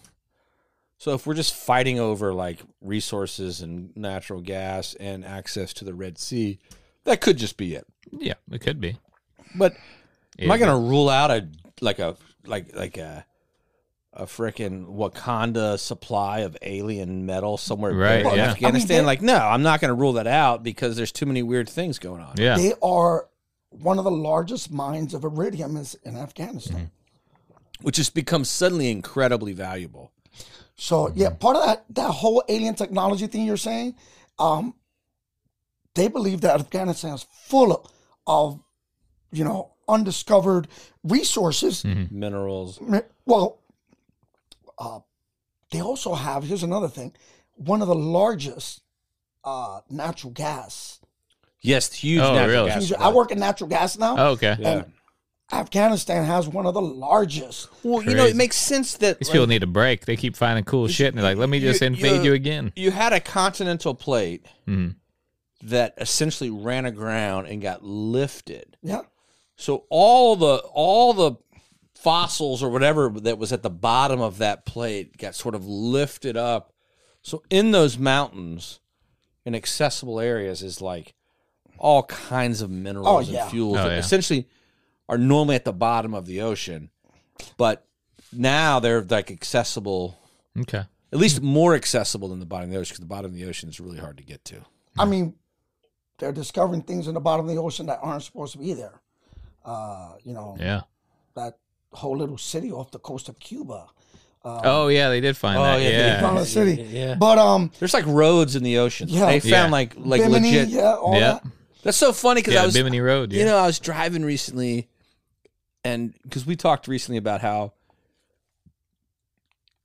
A: So if we're just fighting over like resources and natural gas and access to the Red Sea, that could just be it.
B: yeah, it could be.
A: But am I
B: Yeah.
A: going to rule out a like a like like a a frickin' Wakanda supply of alien metal somewhere buried in
B: Right, yeah. I mean,
A: Afghanistan?
C: they-
A: like, no, I'm not going to rule that out because there's too many weird things going on.
B: Yeah.
C: They are one of the largest mines of iridium is in
B: Mm-hmm.
C: Afghanistan.
A: which has become suddenly incredibly valuable.
C: So yeah,
A: Mm-hmm.
C: part of that that whole alien technology thing you're saying, um, they believe that Afghanistan is full of you know, undiscovered resources.
A: minerals.
C: Well, uh, they also have, here's another thing, one of the largest uh, natural gas.
A: Yes, huge
B: Oh,
A: natural
B: really?
A: gas
C: Huge- I
A: supply.
C: work in natural gas now.
B: Oh, okay.
A: Yeah.
C: Afghanistan has one of the largest.
A: Well, you know, it
B: Crazy.
A: makes sense that
B: These
A: like,
B: people need a break. They keep finding cool shit, and they're like, "Let me just
A: you-
B: invade
A: you-
B: you again."
A: you had a continental plate
B: Mhm.
A: that essentially ran aground and got lifted.
C: Yeah.
A: So all the all the fossils or whatever that was at the bottom of that plate got sort of lifted up. So in those mountains, in accessible areas, is like all kinds of minerals
C: Oh, yeah.
A: and fuels
B: Oh,
A: that
B: yeah.
A: essentially are normally at the bottom of the ocean, but now they're like accessible,
B: Okay.
A: at least more accessible than the bottom of the ocean because the bottom of the ocean is really hard to get to.
C: I mean, they're discovering things in the bottom of the ocean that aren't supposed to be there. Uh, you know,
B: Yeah.
C: that whole little city off the coast of Cuba.
A: Um,
B: oh yeah, they did find that.
C: they found
B: Yeah.
C: a city.
A: yeah.
C: But um,
A: There's like roads in the ocean.
C: Yeah.
A: They found
B: Yeah.
A: like like
C: Bimini,
A: legit.
C: yeah, all
B: Yeah.
C: that.
A: That's so funny because
B: Yeah.
A: I was
B: Bimini Road. Yeah.
A: you know I was driving recently, and because we talked recently about how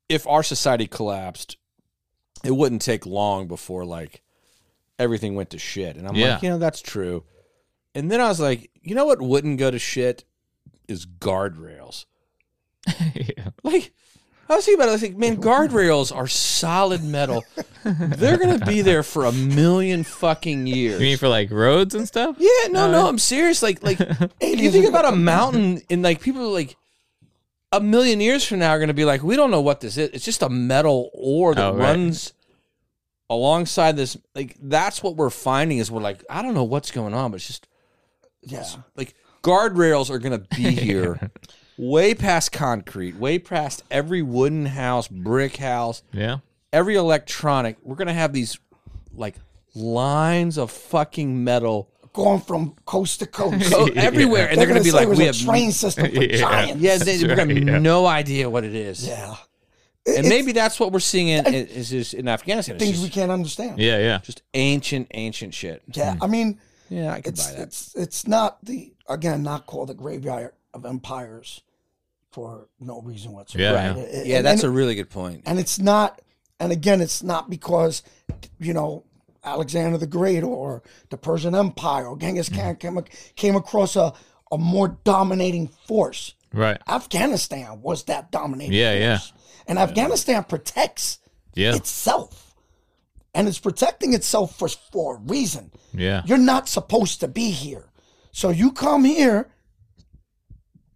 A: if our society collapsed, it wouldn't take long before like everything went to shit. And I'm
B: Yeah.
A: like, you know, that's true. And then I was like, you know what wouldn't go to shit is guardrails.
B: yeah.
A: Like, I was thinking about it. I was like,
B: [LAUGHS]
A: man, guardrails are solid metal. They're gonna be there for a million fucking years.
B: [LAUGHS] [LAUGHS] You mean for like roads and stuff?
A: yeah, no, no, I'm serious. Like, like you think about a mountain, and like people are like a million years from now are gonna be like, we don't know what this is. It's just a metal ore that
B: Oh, right.
A: runs alongside this. Like, that's what we're finding is we're like, I don't know what's going on, but it's just
C: Yeah.
A: like guardrails are going to be here way past concrete way past every wooden house brick house
B: Yeah.
A: every electronic we're going to have these like lines of fucking metal
C: Going from coast to coast.
B: [LAUGHS]
A: go everywhere [LAUGHS] and they're, going to be
C: say
A: like
C: it was
A: we
C: a
A: have
C: train system for
B: Yeah.
A: [LAUGHS]
C: giants.
A: yeah they, we're gonna
B: That's
A: have
B: right, yeah.
A: no idea what it is
C: Yeah.
A: and maybe that's what we're seeing in is just in afghanistan it's
C: Things
A: just,
C: we can't understand.
B: Yeah. Yeah.
A: just ancient ancient shit
C: Yeah, I mean,
A: yeah i can
C: it's
A: buy that
C: it's it's not the again not called the graveyard of empires for no reason whatsoever.
B: Yeah, yeah.
C: And-
A: yeah that's
C: and,
A: a really good point
C: and it's not, and again, it's not because you know Alexander the Great or the Persian Empire or Genghis
B: Mm-hmm.
C: Khan came, ac- came across a a more dominating force.
B: Right.
C: Afghanistan was that dominating.
B: Yeah, yeah.
C: force. And Afghanistan protects
B: Yeah.
C: itself, and it's protecting itself for for a reason.
B: Yeah.
C: You're not supposed to be here. So you come here,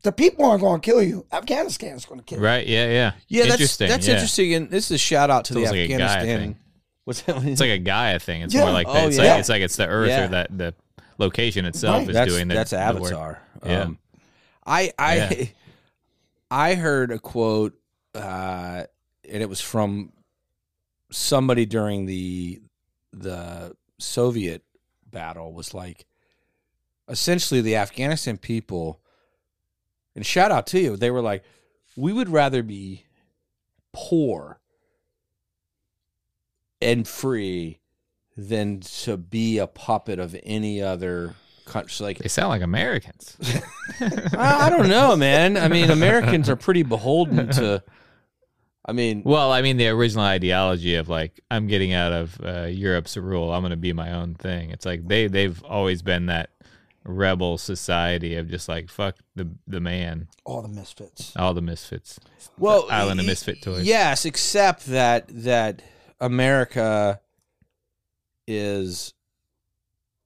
C: the people aren't going to kill you. Afghanistan's going to kill you.
B: Right. Yeah. Yeah.
A: yeah that's
B: Interesting.
A: that's
B: yeah.
A: interesting and this is a shout out to the
B: Sounds like a guy
A: afghanistan
B: thing.
A: what's that
B: [LAUGHS] It's like a Gaia thing. It's
C: Yeah.
B: more like that.
A: Oh,
B: it's
A: yeah.
B: like it's like it's the Earth
A: Yeah.
B: or that the location itself
C: Right.
B: is
A: that's,
B: doing that.
A: That's
B: the work.
A: Avatar.
B: Yeah.
A: Um, I I [LAUGHS] I heard a quote, uh, and it was from somebody during the the Soviet battle. Was like essentially the Afghanistan people, and shout out to you. They were like, we would rather be poor and free than to be a puppet of any other country. Like
B: They sound like Americans.
A: [LAUGHS] I, I don't know, man. I mean, Americans are pretty beholden to. I mean,
B: [LAUGHS] Well, I mean, the original ideology of like I'm getting out of uh, Europe's rule. I'm going to be my own thing. It's like they they've always been that rebel society of just like fuck the the man,
C: All the misfits.
B: all the misfits.
A: well,
B: Island of
A: y-
B: Misfit Toys.
A: Yes, except that that America is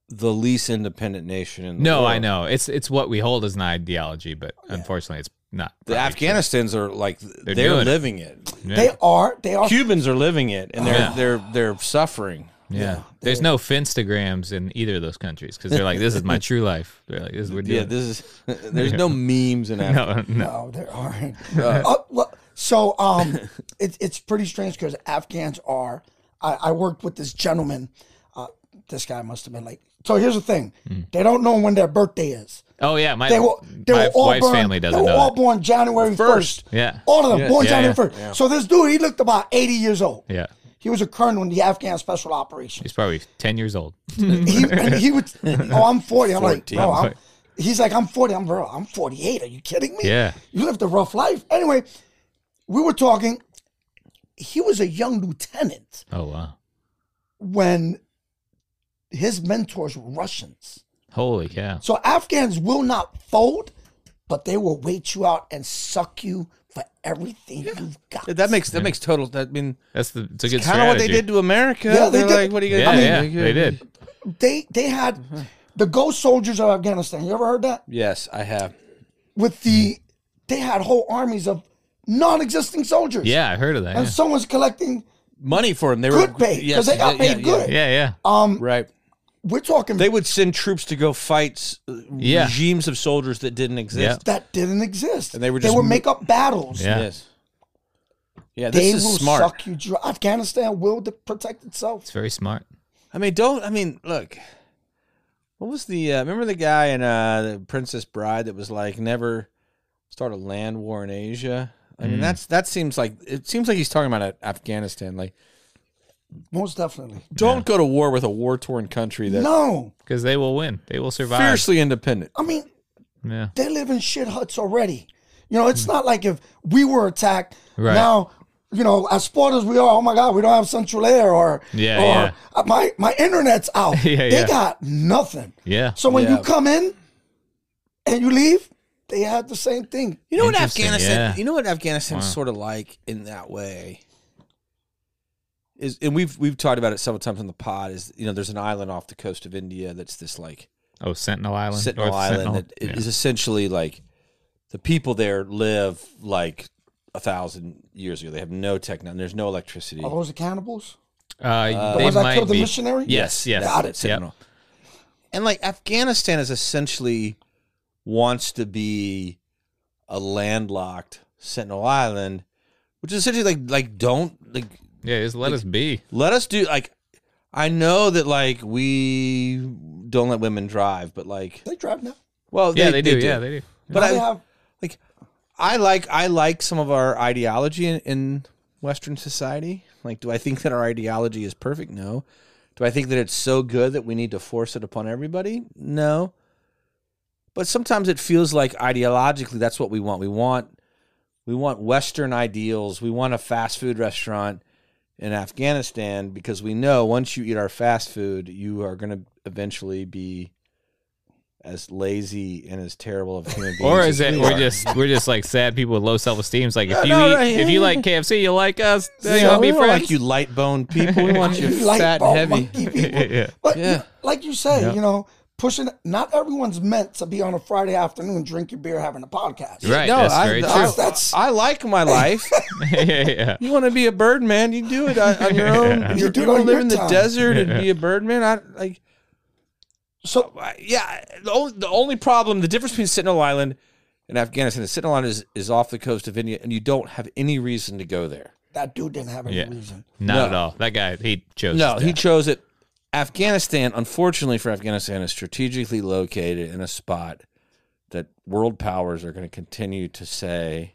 A: the least independent nation in the
B: No,
A: world.
B: I know it's it's what we hold as an ideology, but unfortunately, it's not.
A: Oh, The
B: probably
A: Afghanistans are like they're,
B: doing it.
A: living it.
B: true. Yeah.
C: They are. They are.
A: Cubans are living it, and they're
B: Yeah.
A: they're they're suffering.
B: Yeah. There's no Finstagrams in either of those countries because they're like, this is my true life. They're like, this is what we're doing. Oh,
A: Yeah,
B: [LAUGHS]
A: this is [LAUGHS] there's no memes in Africa.
B: no, no.
C: No, there aren't. Uh, well, so um, [LAUGHS] it, it's pretty strange because Afghans are. I, I worked with this gentleman. Uh, this guy must have been like. So here's the thing:
B: Hmm.
C: they don't know when their birthday is.
B: Oh, yeah. My,
C: They were. They
B: my
C: were all
B: wife's
C: born,
B: family doesn't
C: They were
B: know.
C: all
B: that.
C: born January
A: First.
C: first.
B: Yeah.
C: All of them born
B: Yeah,
C: January
B: yeah.
C: first. So this dude, he looked about eighty years old.
B: Yeah.
C: He was a colonel in the Afghan Special
B: [LAUGHS]
C: Operations.
B: He's probably 10 years old.
C: he, and he would, oh, I'm 40. I'm like, bro, I'm, He's like, I'm 40. I'm bro, I'm 48. Are you kidding me?
B: Yeah.
C: You lived a rough life. Anyway, we were talking. He was a young lieutenant
B: Oh wow.
C: when his mentors were Russians.
B: Holy cow.
C: So Afghans will not fold, but they will wait you out and suck you for everything you've got.
A: That makes that makes total. That I mean,
B: That's the it's a good
A: kind of what they
B: strategy.
A: did to America.
C: Yeah, they
A: They're
C: did.
A: like, what are you
B: Yeah,
A: gonna
B: yeah,
A: do?
B: they did.
C: they they had
A: Mm-hmm.
C: the ghost soldiers of Afghanistan. You ever heard that?
A: Yes, I have.
C: With the they had whole armies of non-existing soldiers.
B: Yeah, I heard of that.
C: And
B: Yeah,
C: someones collecting
A: Money for them. They
C: good
A: were
C: pay
A: yes,
C: because they got
A: yeah,
C: paid
A: yeah,
C: good.
B: yeah, yeah.
C: Um,
A: Right.
C: we're talking
A: They would send troops to go fight s- uh,
B: Yeah.
A: regimes of soldiers that didn't exist.
C: that didn't exist.
A: And they were
C: they
A: just-
C: would make up battles.
B: Yeah.
A: Yes. Yeah,
C: They
A: this is
C: will
A: smart.
C: suck you dry. Afghanistan will de- protect itself.
B: It's very smart.
A: I mean, don't. I mean, look. What was the? Uh, remember the guy in uh, the Princess Bride that was like, never start a land war in Asia. I
B: Mm.
A: mean, that's that seems like it seems like he's talking about uh, Afghanistan. Like,
C: Most definitely.
A: don't go to war with a war torn country that's
C: No,
B: Because they will win. They will survive.
A: fiercely independent.
C: I mean
B: Yeah.
C: they live in shit huts already. You know, it's not like if we were attacked
B: Right.
C: now. You know, as spoilers we are, oh my God, we don't have central air or
B: Yeah,
C: or
B: yeah.
C: uh, my my internet's out.
B: [LAUGHS] Yeah,
C: they
B: yeah.
C: got nothing.
B: Yeah.
C: So when
A: Yeah.
C: you come in and you leave, they had the same thing.
A: You know what
B: Interesting,
A: Afghanistan?
B: yeah.
A: You know what Afghanistan's
B: Wow.
A: sort of like in that way. Is and we've we've talked about it several times on the pod. Is you know there's an island off the coast of India that's this like
B: Oh, Sentinel Island.
A: Sentinel
B: North
A: Island
B: Sentinel.
A: that is
B: Yeah.
A: essentially like the people there live like a thousand years ago. They have no technology. There's no electricity.
C: Are those the cannibals?
B: Uh,
C: The
B: they
C: ones that
B: might
C: killed the
B: be.
C: missionary?
B: Yes. Yes.
C: Got it.
A: It's Sentinel. And like Afghanistan is essentially wants to be a landlocked Sentinel Island, which is essentially like like don't like
B: Yeah. Just let us be.
A: let us do like I know that like we don't let women drive, but like
C: They drive now.
A: well
B: Yeah, they, do. Yeah, they do.
A: but
C: Now
A: I
C: they have
A: like I like I like some of our ideology in, in Western society. Like, do I think that our ideology is perfect? No. Do I think that it's so good that we need to force it upon everybody? No. But sometimes it feels like ideologically that's what we want. We want we want Western ideals. We want a fast food restaurant in Afghanistan because we know once you eat our fast food, you are going to eventually be as lazy and as terrible of human beings.
B: Or
A: as
B: is it
A: we
B: we're
A: are.
B: just we're just like sad people with low self esteem? It's like if
A: No,
B: you
A: no,
B: eat,
A: no, yeah,
B: if you
A: yeah.
B: like KFC, you like us.
A: Yeah,
B: You want
A: we
B: to be
A: don't
B: friends.
A: like you light boned people. We
C: [LAUGHS]
A: want you
C: light
A: fat and
C: bulb
A: heavy.
C: monkey people.
B: [LAUGHS] Yeah.
C: But
A: Yeah.
C: you- like you say,
B: Yeah.
C: you know, pushing. Not everyone's meant to be on a Friday afternoon drinking beer, having a podcast.
A: [LAUGHS]
B: Right.
A: No,
B: that's
A: I,
B: very
A: I,
B: true.
C: That's-
A: I like my life.
B: [LAUGHS] yeah, yeah.
A: you want to be a bird man, you do it on, on your own.
C: You
A: You're-
C: do it
A: You want
C: on
A: to live
C: your
A: in the
C: time.
A: desert and be a bird man. I like.
C: So
A: I- Yeah, the only, the only problem, the difference between Sentinel Island and Afghanistan, is Sentinel Island is, is off the coast of India, and you don't have any reason to go there.
C: that dude didn't have any
B: Yeah.
C: reason.
B: Not at all. That guy, he chose.
A: No,
B: his
A: he
B: death.
A: chose it. Afghanistan, unfortunately for Afghanistan, is strategically located in a spot that world powers are going to continue to say,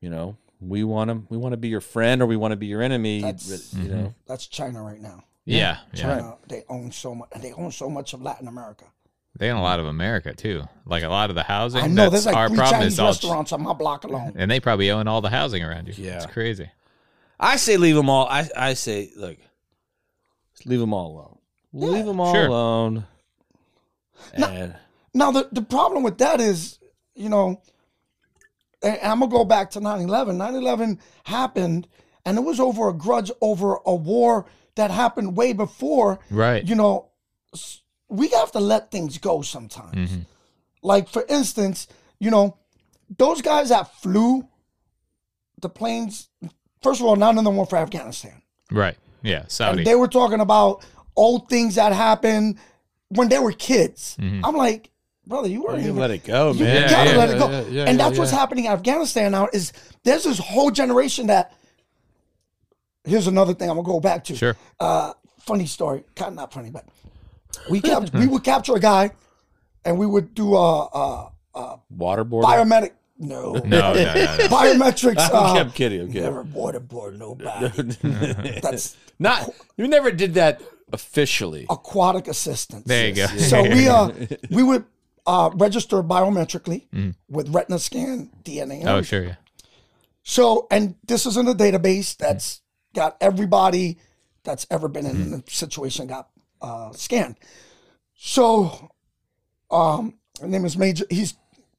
A: you know, we want to we want to be your friend or we want to be your enemy.
C: That's-
A: you know,
C: That's China right now.
B: Yeah, yeah.
C: China, they own so much. They own so much of Latin America.
B: They own a lot of America too. Like a lot of the housing.
C: I know
B: that's
C: there's like
B: our
C: three
B: problem
C: Chinese
B: is all,
C: restaurants on my block alone.
B: and they probably own all the housing around you.
A: Yeah.
B: it's crazy.
A: I say leave them all. I I say look, leave them all alone. Leave them all
B: sure.
A: alone. And
C: Now the the problem with that is, you know, and I'm gonna go back to 9/11. 9/11 happened, and it was over a grudge over a war that happened way before.
B: Right.
C: You know, s- we have to let things go sometimes.
A: Mm-hmm.
C: Like for instance, you know, those guys that flew the planes. First of all, none of them were for Afghanistan.
B: Right. Yeah. Saudi.
C: And they were talking about old things that happened when they were kids. I'm like, brother, you weren't
A: you
C: even.
A: let it go,
C: you
A: man.
C: gotta
B: yeah,
C: let it go.
A: Mm-hmm. yeah, yeah,
C: and
A: yeah,
C: that's what's
A: yeah.
C: happening in Afghanistan now. Is there's this whole generation that. Here's another thing I'm gonna go back to.
B: sure.
C: Uh, funny story, kind of not funny, but we kept we would capture a guy, and we would do a, uh
A: Waterboard. [LAUGHS]
C: biometric. No,
B: [LAUGHS] No, no, no,
C: [LAUGHS]
B: no. [LAUGHS]
C: biometrics. Uh,
A: I'm kidding. I'm kidding.
C: never waterboard nobody. [LAUGHS] That's
A: Not you never did that officially.
C: aquatic assistance.
B: There you go.
C: So we uh we would uh, register biometrically with retina scan, DNA. and
B: Mm. Oh, sure, yeah.
C: So, and this is in a database that's got everybody that's ever been
B: Mm-hmm.
C: in the situation got uh, scanned. So, um, his name is Major. He's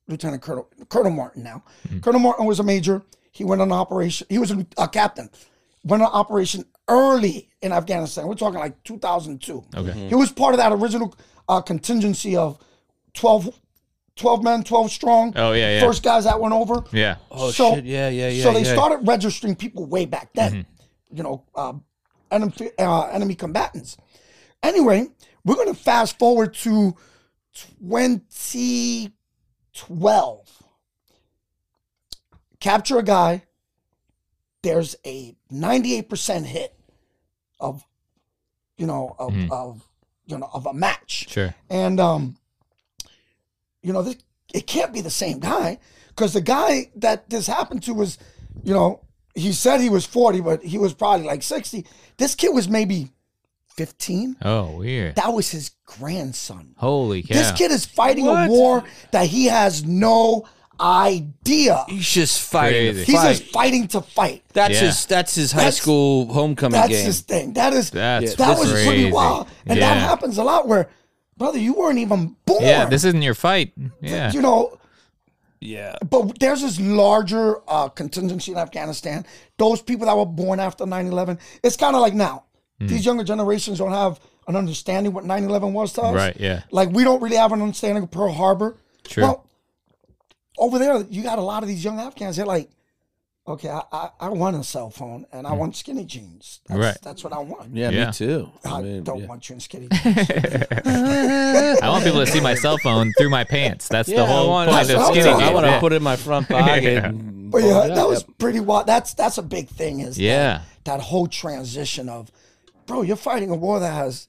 C: Lieutenant Colonel Colonel Martin now.
B: Mm-hmm.
C: Colonel Martin was a major. He went on operation. He was a, a captain. Went on operation early in Afghanistan. We're talking like 2002.
B: Okay.
A: Mm-hmm.
C: He was part of that original uh, contingency of 12, 12 men, 12 strong.
B: Oh, yeah, yeah.
C: First guys that went over.
B: Yeah.
A: Oh
C: So-
A: shit! Yeah, yeah, yeah.
C: So they
A: yeah. Mm-hmm.
C: started registering people way back then, you know, uh, enemy, uh, enemy combatants. Anyway, we're going to fast forward to 2012. Capture a guy, there's a 98% hit of, you know, of,
A: Mm-hmm.
C: of you know, of a match.
B: Sure.
C: And um, you know, this, it can't be the same guy because the guy that this happened to was, you know, he said he was forty, but he was probably like sixty. This kid was maybe fifteen.
B: Oh, weird.
C: That was his grandson.
B: Holy cow.
C: This kid is fighting
A: What?
C: a war that he has no idea.
A: He's just fighting.
B: Crazy.
A: The
C: He's
A: fight.
C: just fighting to fight.
A: that's
B: Yeah.
A: his. That's his high
C: That's-
A: school homecoming
C: That's
A: game.
C: his thing. That is
B: That's
C: that was
B: crazy.
C: pretty wild, and that
B: Yeah.
C: happens a lot. Where, brother, you weren't even born.
B: yeah, this isn't your fight. Yeah.
C: you know,
A: yeah.
C: but there's this larger uh, contingency in Afghanistan. Those people that were born after 9/11, it's kind of like now.
B: Hmm.
C: These younger generations don't have an understanding what 9/11 was to us.
B: Right, yeah.
C: Like we don't really have an understanding of Pearl Harbor.
B: True.
C: Well, over there, you got a lot of these young Afghans. They're like, okay, I, I, I want a cell phone and I want skinny jeans. That's,
B: Hmm. Right.
C: That's what I want.
A: yeah,
B: Yeah.
A: me too.
C: I
A: mean,
C: don't
A: yeah.
C: want you
A: [LAUGHS]
C: in skinny jeans.
B: I want people to see my cell phone through my pants. That's the whole
A: I want,
B: point of
C: that's
B: skinny.
C: what I'm
B: jeans.
A: I want to
B: yeah.
A: put it in my
B: [LAUGHS]
A: front pocket.
B: Yeah.
A: and-
C: But yeah,
A: Yeah,
C: that was pretty wild. That's that's a big thing. Is that-
B: Yeah.
C: that, whole transition of, bro, you're fighting a war that has,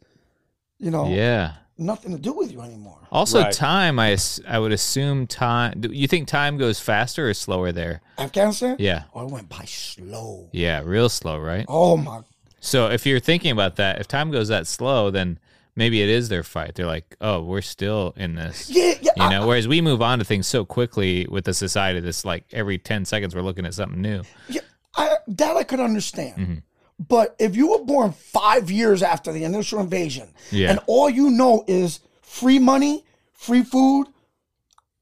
C: you know,
B: Yeah.
C: nothing to do with you anymore.
B: Also,
A: Right.
B: time. I ass- I would assume time. Do you think time goes faster or slower there?
C: Afghanistan.
B: Yeah.
C: oh, it went by slow.
B: Yeah, real slow, right?
C: Oh my,
B: So if you're thinking about that, if time goes that slow, then maybe it is their fight. They're like, oh, we're still in this.
C: yeah, yeah.
A: Ah.
B: You
C: I-
B: know, whereas we move on to things so quickly with the society that's like every 10 seconds we're looking at something new.
C: Yeah, I, that I could understand.
B: Mm-hmm.
C: But if you were born five years after the initial invasion,
B: Yeah.
C: and all you know is free money, free food,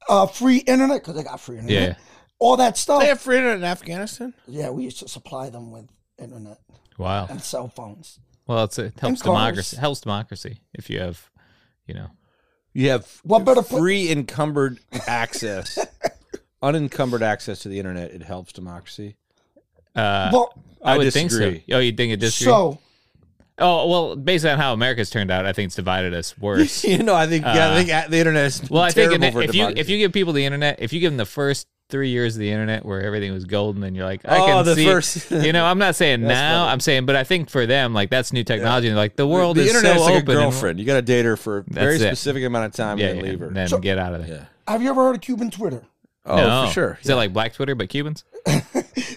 C: uh, free internet because they got free internet,
B: Yeah.
C: all that stuff.
D: They have free internet in Afghanistan.
C: yeah, we used to supply them with internet
B: Wow.
C: and cell phones.
B: Well, it's, it helps
C: cars.
B: democracy. Helps democracy if you have, you know.
A: You have
C: What better put-
A: free encumbered access, [LAUGHS] unencumbered access to the internet. It helps democracy.
B: Uh,
C: well,
B: I,
A: I
B: would think
A: disagree. [LAUGHS]
B: so. Oh, you think it disagree?
C: so
B: oh, well, based on how America's turned out, I think it's divided
A: [LAUGHS]
B: us worse.
A: you know, I think yeah, I think uh, the internet is
B: Well, I think in
A: terrible
B: the-
A: for
B: if you if
A: democracy.
B: you give people the internet, if you give them the first three years of the internet where everything was golden, and you're like, I
A: Oh,
B: can
A: the
B: see,
A: first-
B: [LAUGHS] you know, I'm
A: [LAUGHS]
B: not saying now,
A: funny.
B: I'm saying, but I think for them, like that's new technology. and Like the
A: the,
B: world is
A: internet is
B: so
A: like
B: open.
A: a
B: and-
A: girlfriend. You got to date her for a very
B: That's it.
A: specific amount of time
B: yeah,
A: and
B: yeah,
A: then leave her.
B: then get out of there.
A: Yeah.
C: have you ever heard of Cuban Twitter?
A: Oh,
B: No.
A: for sure.
B: Is it like Black Twitter but Cubans?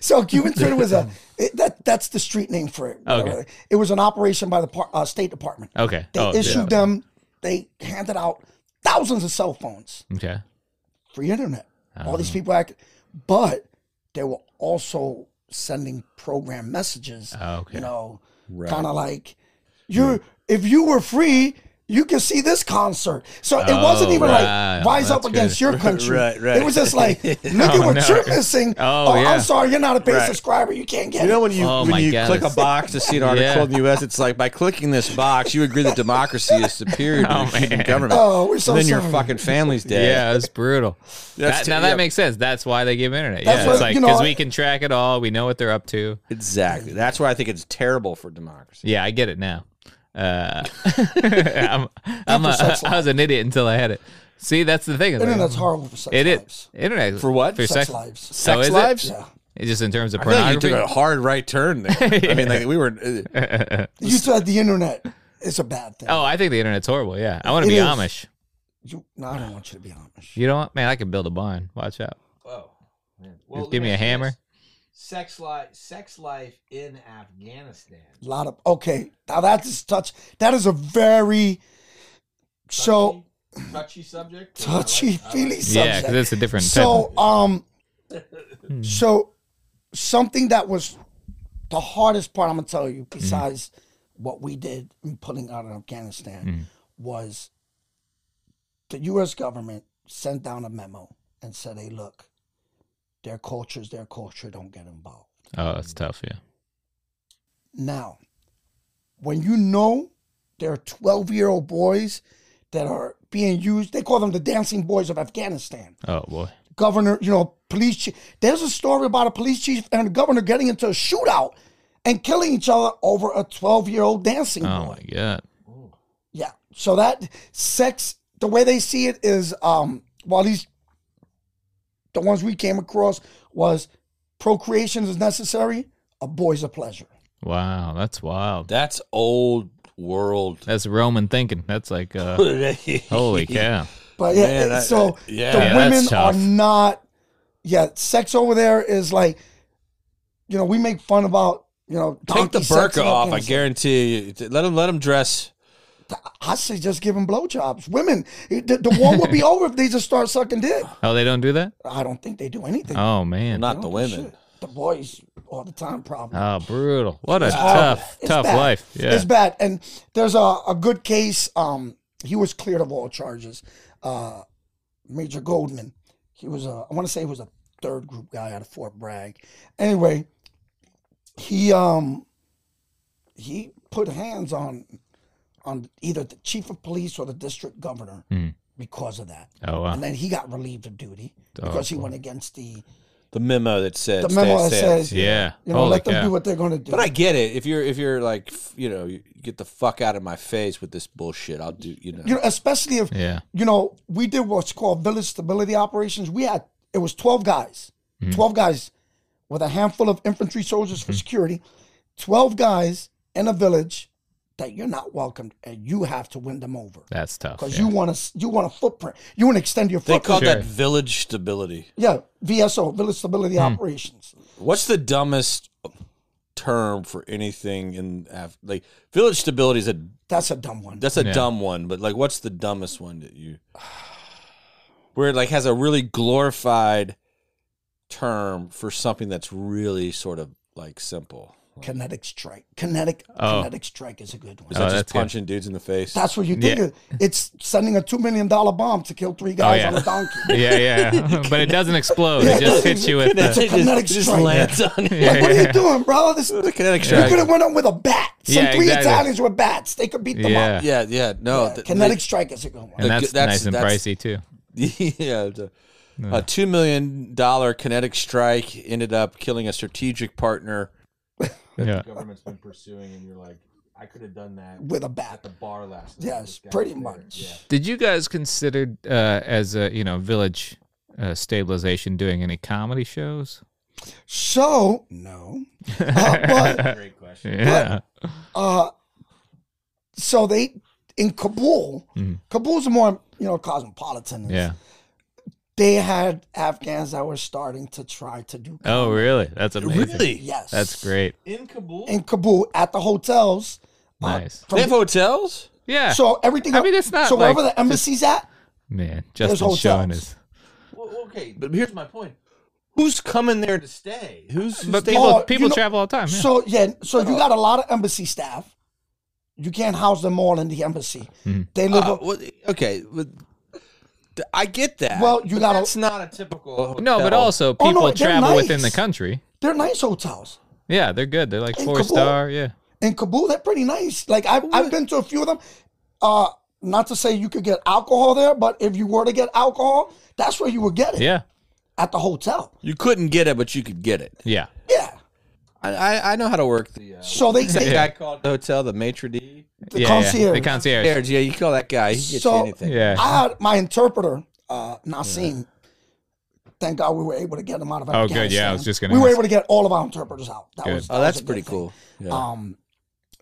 C: So Cuban Twitter
B: [LAUGHS]
C: was a it, that that's the street name for it. Uh,
B: Okay.
C: It was an operation by the par- uh, State Department.
B: Okay.
C: They
B: oh,
C: issued them. They handed out thousands of cell phones,
B: yeah. Okay.
C: free internet. All
B: Ah.
C: these people act, but they were also sending program messages.
B: Oh, okay.
C: You know, kind of like you're if you were free. You could see this concert, so it wasn't
B: Oh,
C: even
B: wow.
C: like rise up
B: That's [LAUGHS]
C: against your country.
A: Right, right.
C: It was
A: [LAUGHS]
C: just like, look at
B: Oh,
C: what
B: no.
C: you're missing.
B: [LAUGHS] Oh, yeah.
C: I'm sorry, you're not a paid subscriber. You can't get
A: You know
C: it.
A: when you
B: Oh, my
A: when you
B: God,
A: click a
B: it's-
A: box to see an article
B: Yeah.
A: in the U.S., it's like by clicking this box, you agree that democracy is superior to [LAUGHS]
B: Oh,
A: the Cuban
B: man.
A: government.
C: Oh, we're so
A: and then your
C: sorry.
A: fucking family's dead.
B: Yeah, it's brutal.
A: That's
B: That-
A: too-
B: now that
A: yeah.
B: makes sense. That's why they give internet.
C: That's
B: yeah,
C: what-
B: it's like
C: you know,
B: because
C: I-
B: we can track it all. We know what they're up to.
A: Exactly. That's why I think it's terrible for democracy.
B: Yeah, I get it now. Uh, [LAUGHS] I'm, I'm a, [LAUGHS]
C: sex
B: I was an idiot until I had it. See, that's the thing. It's like-
C: Internet's horrible for sex
B: It is.
C: lives.
B: Internet
A: For what?
B: For
A: Sex
B: sex,
C: lives.
B: So
A: Sex
B: is it?
A: lives?
C: Yeah.
B: It's just in terms of
A: I feel like you
B: pornography.
A: took a hard right turn [LAUGHS] there. I mean, like we were. uh,
C: You said the internet is a bad thing.
B: oh, I think the internet's horrible. Yeah, I want to
C: It
B: be
C: is.
B: Amish.
C: You, no, I don't want you to be Amish.
B: You know what, man? I could build a barn. Watch out.
D: Whoa.
A: Well,
B: Just give me a hammer.
D: Sex life, sex life in Afghanistan.
C: A lot of okay. Now that is touch. That is a very so
D: Touchy subject.
C: [LAUGHS] touchy
B: Yeah,
C: feely subject.
B: because it's a different.
C: so
B: type
C: [LAUGHS] um Hmm. so something that was the hardest part i'm gonna tell
B: Hmm.
C: you besides what we did in pulling out of afghanistan
B: Hmm.
C: was the us government sent down a memo and said hey look their culture's their culture don't get involved
B: of, oh, that's tough. Yeah.
C: now, when you know there are 12 year old boys that are being used, they call them the dancing boys of Afghanistan.
B: Oh boy.
C: Governor, you know, police chief. There's a story about a police chief and a governor getting into a shootout and killing each other over a 12 year old dancing
B: Oh
C: boy.
B: my god.
C: Yeah. So that sex, the way they see it is, um, while these, the ones we came across was procreation is necessary, a boy's a pleasure.
B: Wow, that's wild.
A: That's old world.
B: That's Roman thinking. That's like,
C: [LAUGHS]
B: uh,
D: [LAUGHS]
B: holy cow.
C: But yeah,
A: Man,
C: it-
A: that-
C: so
A: that- yeah.
C: the
B: Yeah, that's
C: women are
B: tough.
C: not. Yeah, sex over there is like, you know, we make fun about you know
A: Take the
C: donkey sex
A: burqa
C: and
A: off. I
C: Afghanistan.
A: guarantee you. Let them let them dress.
C: I say just give them blowjobs. Women, the, the war
A: [LAUGHS]
C: would be over if they just start sucking dick.
B: Oh, they don't do that?
C: I don't think they do anything.
B: Oh, man.
A: Not the women.
C: The boys all the time, probably.
B: Oh, brutal. What a
C: hard.
B: tough,
C: It's
B: tough
C: bad.
B: life. Yeah.
C: It's bad. And there's a, a good case. Um, he was cleared of all charges. Uh, Major Goldman. He was a. I want to say he was a third group guy out of Fort Bragg. Anyway, he um he put hands on on either the chief of police or the district governor
B: Hmm.
C: because of that.
B: Oh, wow.
C: And then he got relieved of duty
B: Oh,
C: because he went against the
A: The memo that said
C: the memo that says
B: Yeah.
C: you know
B: Holy
C: let them
B: cow.
C: do what they're going to do.
A: But I get it. If you're if you're like f- you know you get the fuck out of my face with this bullshit, I'll do you know.
C: you know, especially if
B: Yeah.
C: you know, we did what's called village stability operations. We had it was twelve guys,
B: Mm-hmm.
C: twelve guys, with a handful of infantry soldiers for security, twelve guys in a village that you're not welcomed, and you have to win them over
B: That's tough.
C: because
B: yeah.
C: you want to you want a footprint, you want to extend your
A: they call
C: footprint.
A: that village stability.
C: yeah, VSO, village stability
B: Hmm.
C: operations.
A: What's the dumbest term for anything in Af- like village stability is a
C: That's a dumb one.
A: that's a
B: Yeah.
A: dumb one, but like what's the dumbest one that you where it like has a really glorified term for something that's really sort of like simple.
C: kinetic strike. Kinetic
B: Oh.
C: kinetic strike is a good one.
A: Is
B: Oh,
A: that just
B: that's good.
A: punching dudes in the face?
C: That's what you think.
B: Yeah. Oh,
C: It, it's sending a two million dollar bomb to kill three guys
B: yeah.
C: on a donkey.
B: [LAUGHS] yeah,
C: [LAUGHS]
B: yeah. [LAUGHS] But it doesn't explode. It just hits you with
A: That's
B: the.
A: it, just,
C: kinetic
A: it just
C: strike.
A: lands
B: [LAUGHS]
A: on it.
B: Yeah,
C: What
B: yeah.
C: are you doing, bro? This
A: The kinetic
C: You could
A: strike.
C: have went up with a bat. Some
B: Yeah,
C: three
B: exactly.
C: Italians with bats. They could beat them
B: Yeah.
C: up.
A: Yeah, yeah,
B: Oh,
A: no. th-
C: Kinetic strike is a good one.
B: And that's,
A: that's-
B: nice and
A: that's-
B: pricey, too.
A: [LAUGHS] yeah, the- a two million dollar kinetic strike ended up killing a strategic partner.
B: Yeah.
D: The government's been pursuing, and you're like, I could have done that
C: With a
D: at
C: bat.
D: the bar last night.
C: Yes,
D: This guy
C: pretty
D: was there.
C: much.
D: Yeah.
B: Did you guys consider, uh, as a, you know, village uh, stabilization, doing any comedy shows?
C: So no. Uh,
B: [LAUGHS]
C: but
D: Great question.
B: Yeah.
C: uh so they in Kabul, Kabul's more, you know, cosmopolitan.
B: Mm-hmm. Yeah.
C: They had Afghans that were starting to try to do
B: Oh, really? That's amazing.
C: yes.
B: That's great.
D: In Kabul,
C: In Kabul at the hotels. uh,
B: Nice.
A: They
C: from-
A: have hotels.
B: Yeah.
C: so everything
B: I mean, it's not
C: so
B: like
C: wherever the embassy's at,
B: Man,
C: There's
B: Justin showing
C: hotels.
B: his.
D: well, okay, but here's my point.
A: Who's coming there
D: Where
A: to
D: to stay?
A: Who's
B: But
A: staying-
B: people,
C: Oh, you
B: people
C: know-
B: travel all the time. Yeah.
C: So yeah, so
B: Oh.
C: you got a lot of embassy staff. You can't house them all in the embassy.
B: Mm-hmm.
C: They live.
A: Uh,
C: a-
A: well, okay, but th- I get that.
C: well, you got.
D: That's
C: A,
D: not a typical. hotel.
B: no, but also
C: Oh, no,
B: people
C: they're
B: travel within the
C: nice.
B: country.
C: they're nice hotels
B: Yeah, they're good. They're like
C: In
B: four
C: Kabul.
B: star. Yeah.
C: in Kabul. They're pretty nice. Like I've I've been to a few of them. Uh, not to say you could get alcohol there, but if you were to get alcohol, that's where you would get it
B: Yeah.
C: at the hotel.
A: you couldn't get it, but you could get it.
B: Yeah.
C: Yeah.
A: I I, I know how to work the. Uh,
C: So they,
A: the
B: [LAUGHS]
C: they
A: guy called the hotel the maitre d.
C: the
B: yeah, Yeah.
C: concierge.
B: The concierge.
A: There, yeah, you call that guy. He gets
C: So-
A: you anything.
B: Yeah.
C: I had my interpreter, uh, Nassim. Thank God we were able to get him out of
B: Oh,
C: Afghanistan.
B: good. Yeah, I was just gonna
C: We were
B: ask.
C: able to get all of our interpreters out. That
B: Good.
C: was.
A: Oh,
C: that was
A: that's
C: a good
A: pretty
C: thing.
A: cool. Yeah.
C: Um,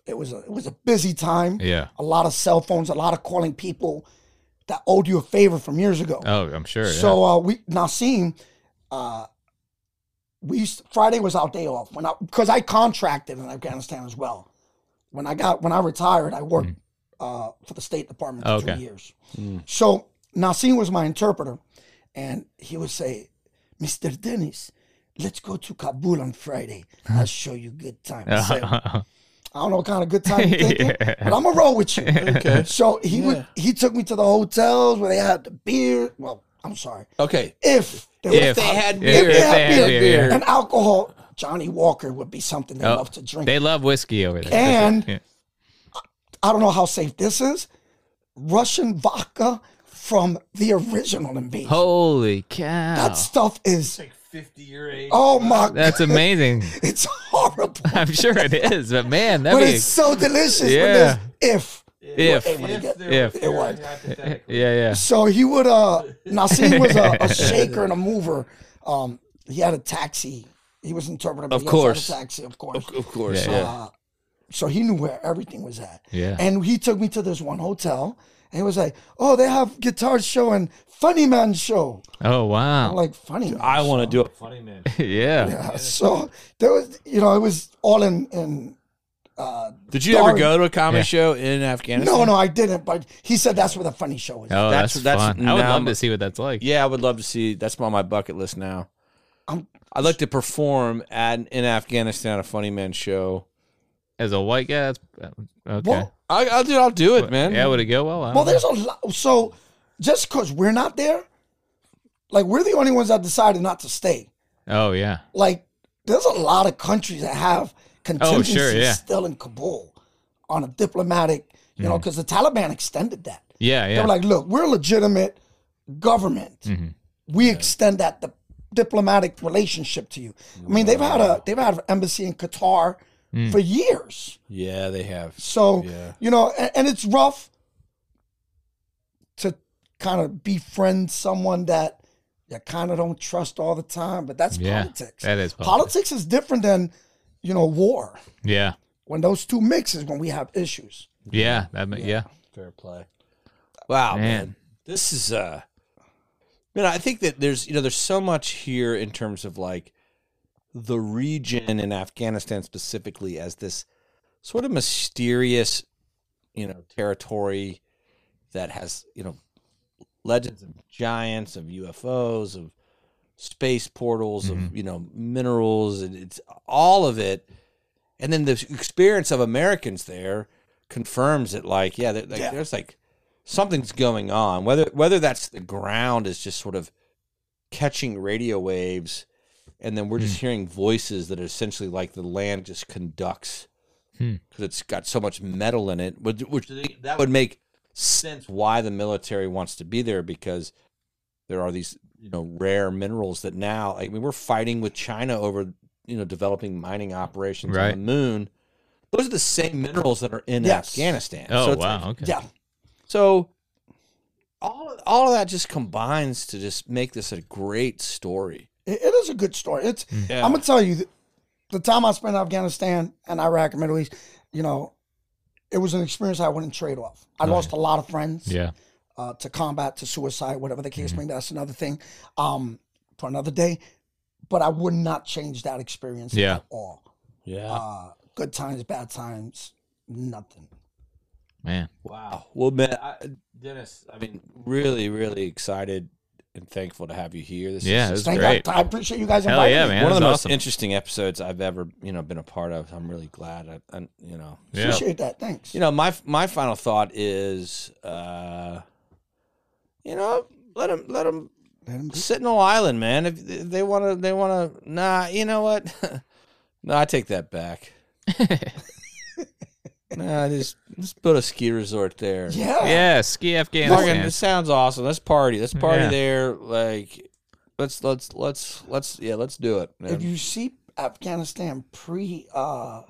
C: it was a, it was a busy time.
B: yeah.
C: A lot of cell phones, a lot of calling people that owed you a favor from years ago.
B: Oh, I'm sure. yeah.
C: so uh, we Nassim, uh, we used Friday was our day off when I because I contracted in Afghanistan as well. When I got when I retired, I worked uh, for the State Department for
B: Mm. Oh, Okay.
C: two years. So Nassim was my interpreter, and he would say, "Mr. Dennis, let's go to Kabul on Friday.
B: [LAUGHS]
C: I'll show you good time." I said, I don't know what kind of good
B: [LAUGHS]
C: time you're thinking, but I'm gonna roll with you. okay. So he would he took me to the hotels where they had the beer. Well, I'm sorry.
A: Okay.
C: [LAUGHS] If there
B: If [LAUGHS]
C: was
B: they
A: They had
B: Yeah,
A: beer.
B: if they had
C: beer,
B: beer, yeah.
C: and alcohol, Johnny Walker would be something they
B: Oh,
C: love to drink.
B: They love whiskey over there.
C: And-
B: Yeah.
C: I don't know how safe this is. Russian vodka from the original invasion.
B: holy cow,
C: that
B: that's,
C: stuff is
D: like 50 year age.
C: oh my god,
B: amazing. [LAUGHS]
C: it's horrible.
B: I'm sure it is, but man, that
C: But
B: be
C: it's so delicious. when
B: Yeah.
C: there's If
B: if
C: Hey, what do you
D: if
C: get?
D: there
B: if-
D: if,
C: It was.
B: yeah, yeah.
C: So he would uh Nassim was a, a shaker and a mover. Um he had a taxi. He was interpreted
A: Of
C: but he also had
A: course.
C: a taxi, of course.
A: Of course.
B: Yeah, yeah.
C: Uh, so he knew where everything was at.
B: Yeah.
C: And he took me to this one hotel and he was like, Oh, they have guitar show and funny man show.
B: Oh
C: I'm
B: wow, [LAUGHS]
C: like funny man.
A: I want to do it.
D: Funny man.
B: yeah.
C: Yeah, so there was you know, it was all in in uh
A: Did you ever
C: Darn.
A: go to a comedy
B: Yeah.
A: show in Afghanistan?
C: no, no, I didn't, but he said that's where the funny show is.
B: Oh,
A: That's-
B: that's,
A: that's-
B: fun. I would
A: now
B: love
A: I'm-
B: to see what that's like.
A: Yeah, I would love to see. That's on my bucket list now.
C: I'm-
A: I'd like to perform at in Afghanistan at a Funny Man show.
B: As a white guy, that's uh, okay.
C: Well,
A: I, I'll do. I'll do it, man.
B: Yeah, would it go well? I don't
C: Well,
B: know.
C: there's a lot. So just because we're not there, like we're the only ones that decided not to stay.
B: oh yeah,
C: Like there's a lot of countries that have contingencies
B: Oh, yeah.
C: still in Kabul on a diplomatic, you know, because the Taliban extended that.
B: yeah, Hmm.
C: They
B: yeah. Hmm. Mm-hmm.
C: were like, look, we're a legitimate government. We extend that the diplomatic relationship to you. I mean, they've had a they've had an embassy in Qatar
B: Hmm.
C: for years.
A: Yeah, they have.
C: So
A: Yeah.
C: you know, and, and it's rough to kind of befriend someone that you kind of don't trust all the time. But that's
B: Yeah,
C: politics.
B: that is politics.
C: politics is different than you know war.
B: yeah,
C: When those two mix is when we have issues.
B: yeah, that ma- yeah.
A: Fair play. Wow, Oh, man.
B: Man.
A: This is uh man, I think that there's you know, there's so much here in terms of like the region in Afghanistan specifically as this sort of mysterious, you know, territory that has, you know, legends of giants, of UFOs, of space portals, of, you know, minerals and it's all of it. And then the experience of Americans there confirms it like, yeah, that- like,
C: Yeah.
A: there's like something's going on. Whether whether that's the ground is just sort of catching radio waves and then we're just hearing voices that are essentially like the land just conducts
B: Hmm.
A: because it's got so much metal in it, which, which that would make sense why the military wants to be there because there are these you know rare minerals that now I mean we're fighting with China over you know developing mining operations
B: Right.
A: on the moon. Those are the same minerals that are in
C: Yes.
A: Afghanistan.
B: Oh
A: So it's like-
B: wow, okay.
C: Yeah,
A: so all all of that just combines to just make this a great story.
C: it- it is a good story. It's
B: Hmm.
A: Yeah.
C: I'm gonna tell you, th- the time I spent in Afghanistan and Iraq and Middle East, you know, it was an experience I wouldn't trade off. I lost a lot of friends.
B: Yeah, Mm-hmm.
C: uh, to combat, to suicide, whatever the case may be. That's another thing um, for another day. But I would not change that experience
B: Yeah.
C: at all.
A: yeah.
C: Uh, good times, bad times, nothing.
B: man.
D: Wow.
A: Uh, Well, man, I,
D: I, Dennis, I
A: I
D: mean,
A: mean, really, really excited and thankful to have you here. This
B: Yeah,
A: is
B: this
A: just
B: is
C: Thank
B: great.
C: God. I appreciate you guys
B: Hell
C: inviting
B: yeah,
C: me.
B: man.
A: one of
B: That
A: the
B: was
A: most
B: awesome.
A: interesting episodes I've ever, you know, been a part of. I'm really glad. I, I you know,
B: Yeah.
C: Appreciate that. Thanks.
A: you know, my my final thought is, uh, you know, let him let him
C: Let 'em do-
A: Sentinel Island, man. If if they want to, they want to. Nah, you know what? [LAUGHS] no, I take that [LAUGHS] back. nah, just let's build a ski resort there.
C: yeah.
B: Yeah, ski
A: Fucking,
B: Afghanistan.
A: it sounds awesome. Let's party. Let's party
B: Yeah.
A: there. Like, let's let's let's let's yeah, let's do it. man.
C: If you see Afghanistan pre, uh,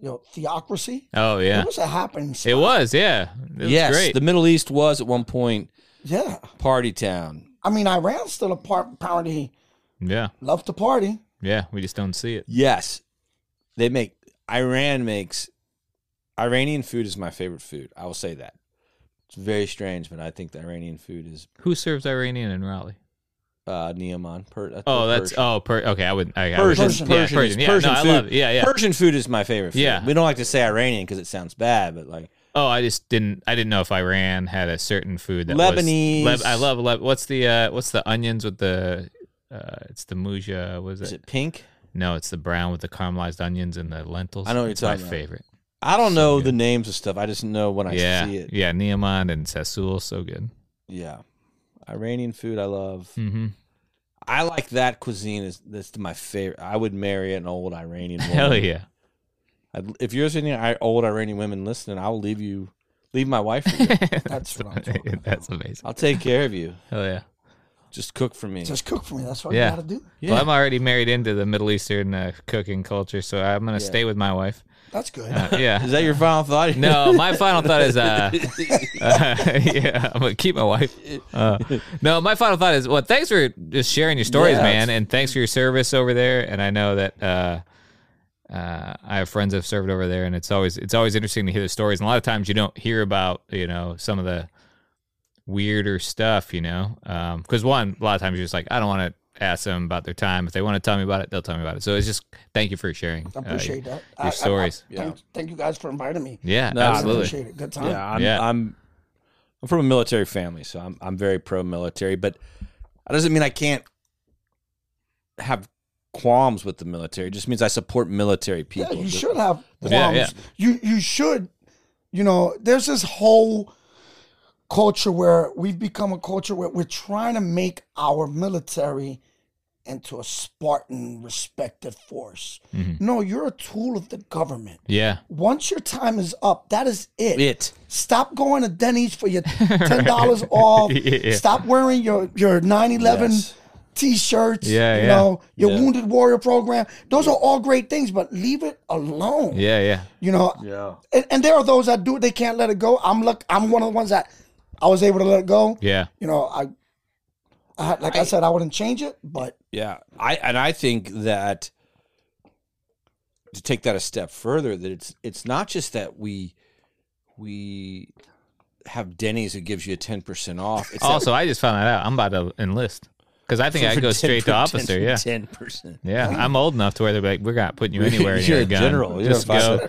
C: you know, theocracy,
B: Oh yeah,
C: it was a happening.
B: it
C: spot.
B: was. Yeah, it was
A: yes,
B: great.
A: the Middle East was at one point
C: yeah.
A: party town.
C: I mean, Iran's still a part. Party,
B: yeah,
C: love to party.
B: yeah. We just don't see it.
A: Yes, they make Iran makes Iranian food is my favorite food. I will say that. It's very strange, but I think the Iranian food is
B: Who serves Iranian in Raleigh?
A: uh, Neomon. Per, uh,
B: Oh, that's
A: Persian.
B: oh, per, okay. I would. I, I would-
A: Persian.
C: Persian.
A: Persian. is-
B: Yeah, Persian. Yeah,
A: Persian
B: no, I
A: food.
B: love it. Yeah, yeah.
A: Persian food is my favorite. Food.
B: Yeah.
A: we don't like to say Iranian because it sounds bad, but like
B: Oh, I just didn't. I didn't know if Iran had a certain food that
A: Lebanese.
B: Was, Leb- I love. Leb- what's the uh, What's the onions with the? Uh, it's the mouja. Was
A: Is
B: it?
A: it pink?
B: No, it's the brown with the caramelized onions and the lentils.
A: I know what you're
B: it's my
A: talking about.
B: favorite.
A: I don't know
B: good.
A: the names of stuff. I just know when I
B: yeah,
A: see it.
B: yeah. Niaman and Sassoul, so good.
A: Yeah. Iranian food I love.
B: Mm-hmm.
A: I like that cuisine. Is that's my favorite. I would marry an old Iranian. Woman.
B: [LAUGHS]
A: [LAUGHS]
B: Hell yeah.
A: I'd, if you're any I- old Iranian women listening, I'll leave you, leave my wife. For you.
B: [LAUGHS] that's [LAUGHS]
C: what I'm talking about.
B: That's amazing.
A: I'll take care of you.
B: Hell yeah.
A: Just cook for me.
C: Just cook for me. That's what
B: Yeah.
C: you gotta do.
B: Well, I'm already married into the Middle Eastern uh, cooking culture, so I'm gonna stay with
A: [LAUGHS]
B: my wife.
C: That's good.
B: Uh, yeah.
A: Is that your final thought? [LAUGHS]
B: No, my final thought is uh, uh, [LAUGHS] yeah, I'm gonna keep my wife. Uh, no, my final thought is well, thanks for just sharing your stories,
A: Yeah.
B: man, and thanks for your service over there. And I know that uh, uh, I have friends that have served over there, and it's always it's always interesting to hear the stories. And a lot of times you don't hear about you know some of the weirder stuff, you know, because one a lot of times you're just like I don't want to ask them about their time. If they want to tell me about it, they'll tell me about it. So it's just thank you for sharing.
C: I
B: uh,
C: appreciate that.
B: your
C: I- I- I-
B: stories.
C: thank, thank you guys for inviting me.
B: yeah,
A: No,
C: I
B: absolutely.
C: appreciate it. Good time.
A: Yeah, I'm,
B: Yeah.
A: I'm I'm from a military family, so I'm I'm very pro military, but that doesn't mean I can't have qualms with the military. It just means I support military
C: Yeah,
A: people.
C: you
A: Just-
C: should have qualms.
B: Yeah, yeah.
C: You you should, you know, there's this whole culture where we've become a culture where we're trying to make our military into a Spartan respected force.
B: Mm-hmm.
C: No, you're a tool of the government.
B: Yeah.
C: Once your time is up, that is it.
A: it.
C: Stop going to Denny's for your ten dollars off.
B: Yeah.
C: Stop wearing your your nine eleven
A: Yes.
C: t-shirts.
B: Yeah,
C: you
B: yeah.
C: know your
A: Yeah.
C: Wounded Warrior program. Those are all great things, but leave it alone.
B: Yeah, yeah.
C: You know,
A: Yeah.
C: and, and there are those that do it. They can't let it go. I'm look. I'm one of the ones that I was able to let it go.
B: Yeah.
C: You know, I, I had- like I, said, I wouldn't change it, but
A: Yeah. I and I think that to take that a step further, that it's it's not just that we we have Denny's that gives you a ten percent off. It's
B: Also, I just found that out. I'm about to enlist because I think I
A: [LAUGHS]
B: go straight to officer. Yeah,
A: ten percent.
B: yeah. I'm old enough to where they're like, we're not
A: [LAUGHS]
B: putting you anywhere. near
A: You're
B: a
A: a
B: gun.
A: general. You're
B: Just
A: a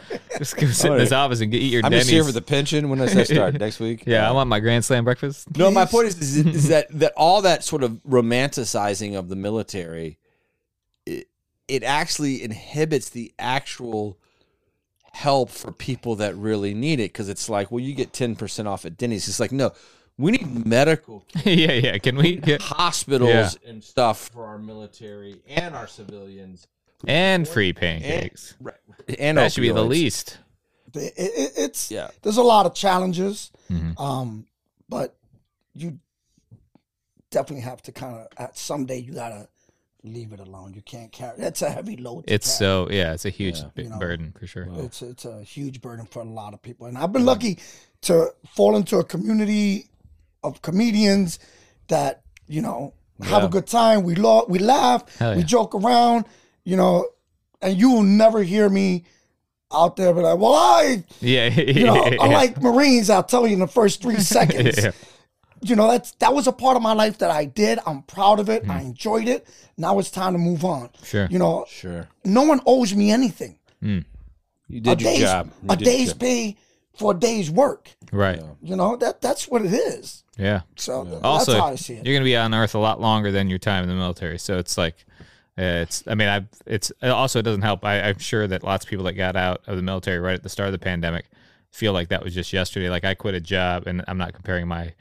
B: go, [LAUGHS] just go sit in this office and get eat your.
A: I'm
B: Denny's.
A: just here for the pension. When does that
B: [LAUGHS]
A: start? Next [LAUGHS] week?
B: Yeah, I want my grand slam breakfast.
A: No, my point is, is, is that that all that sort of romanticizing of the military, it, it actually inhibits the actual help for people that really need it because it's like, well, you get ten percent off at Denny's. It's like, no, we need medical
B: [LAUGHS] yeah, yeah. Can we? Get,
A: hospitals
B: Yeah.
A: and stuff
D: for our military and our civilians.
B: and free pancakes.
A: and
B: that should be the
A: opioids.
B: least.
C: it, it, it's
A: Yeah.
C: There's a lot of challenges,
B: Mhm.
C: um, but you definitely have to kind of at someday you gotta leave it alone. You can't carry. That's a heavy load. to
B: It's uh, so
C: carry.
B: yeah. It's a huge
A: Yeah.
B: b-
C: You know.
B: burden for sure.
C: It's it's a huge burden for a lot of people, and I've been lucky to fall into a community of comedians that you know have a good time. We laugh, we laugh,
B: Hell
C: we
B: yeah.
C: joke around, you know, and you will never hear me out there be like, "Well, I,
B: Yeah, [LAUGHS]
C: you
A: [LAUGHS]
C: know,
B: yeah.
C: I like Marines." I'll tell you in the first three seconds.
B: Yeah.
C: You know, that's that was a part of my life that I did. I'm proud of it. I enjoyed it. Now it's time to move on.
B: Sure.
C: You know,
A: Hmm. Sure,
C: no one owes me anything
A: you did
C: a
A: your
C: day's,
A: job. You
C: a
A: did your
C: day's
A: job.
C: pay for a day's work.
B: Right.
C: You know that that's what it is.
B: yeah.
C: So th-
B: also
C: that's how I see it.
B: you're going to be on earth a lot longer than your time in the military so it's like uh, it's i mean i it's it also it doesn't help I, i'm sure that lots of people that got out of the military right at the start of the pandemic feel like that was just yesterday like i quit a job and i'm not comparing my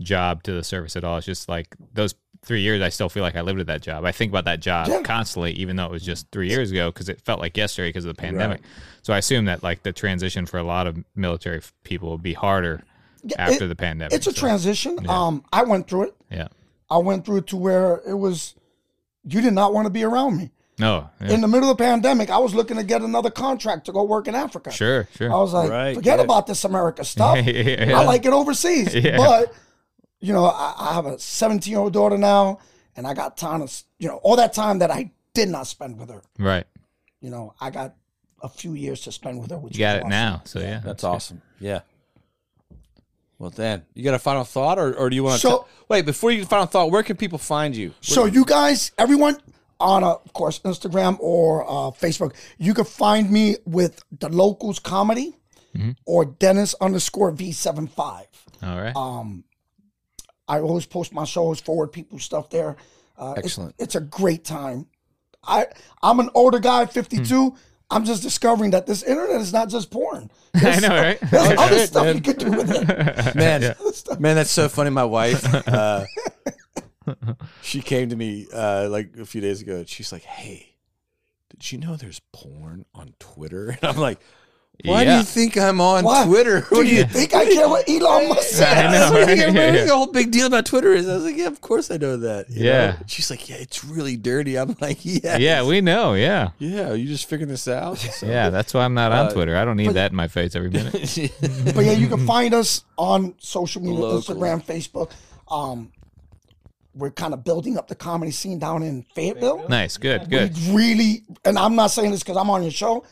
B: job to the service at all it's just like those three years i still feel like i lived at that job i think about that job constantly even though it was just three years ago because it felt like yesterday because of the pandemic so i assume that like the transition for a lot of military f- people will be harder after
C: it-
B: the pandemic
C: It's a
B: so,
C: transition. Um, I went through it.
B: yeah
C: I went through it to where it was. You did not want to be around me
B: no yeah.
C: in the middle of the pandemic. I was looking to get another contract to go work in Africa.
B: Sure, sure.
C: I was like,
A: Right,
C: forget
A: yeah.
C: about this America stuff.
B: [LAUGHS] Yeah.
C: I like it overseas,
B: Yeah.
C: but you know, I, I have a 17 year old daughter now, and I got time to s- you know all that time that I did not spend with her.
B: right.
C: you know, I got a few years to spend with her. Which
B: You got
C: was
B: it
C: awesome.
B: now. So yeah,
A: That's awesome. Yeah. Well, then, you got a final thought, or, or do you want to?
C: So-
A: wait, before you final thought, where can people find you?
C: So you guys, everyone on, uh, of course, Instagram or uh, Facebook, you can find me with the locals comedy.
B: Mhm.
C: or Dennis underscore V75.
B: All right.
C: Um, I always post my shows, forward people stuff there. Uh, it's-
E: Excellent.
C: It's, a great time. I I'm an older guy,
B: Hmm.
C: 52. I'm just discovering that this internet is not just porn.
B: [LAUGHS] I know, right?
C: There's
B: Oh,
C: other
B: shit,
C: stuff
B: man.
C: you could do with
A: [LAUGHS]
B: [LAUGHS]
C: it.
A: man,
B: Yeah.
A: man, that's so funny. My wife,
B: [LAUGHS]
A: uh, she came to me uh, like a few days ago, and she's like, "Hey, did you know there's porn on Twitter?" [LAUGHS] And I'm like, "Why do
B: Yeah.
A: you think I'm on
C: Why?
A: Twitter?
C: Do you think I care what Elon
B: [LAUGHS]
C: Musk
B: I
C: says?
A: [LAUGHS]
B: know,
A: That's what I
B: right?
A: think
B: [LAUGHS] Yeah,
A: everybody-
B: yeah.
A: The whole big deal about Twitter is I was like, yeah, of course I know that. you know?
B: Yeah.
A: She's like, yeah, it's really dirty. I'm like, yeah,
B: Yeah, we know. Yeah.
A: yeah. You just figuring this out. So-
B: [LAUGHS] Yeah, that's why I'm not
C: Uh,
B: on Twitter. I don't need that in my face every minute.
C: [LAUGHS] But yeah, you
B: [LAUGHS]
C: can find us on social media,
A: Local.
C: Instagram, Facebook. Um, we're kind of building up the comedy scene down in Fayetteville.
B: nice. Good. Good.
C: We'd really, and I'm not saying this because I'm on your show.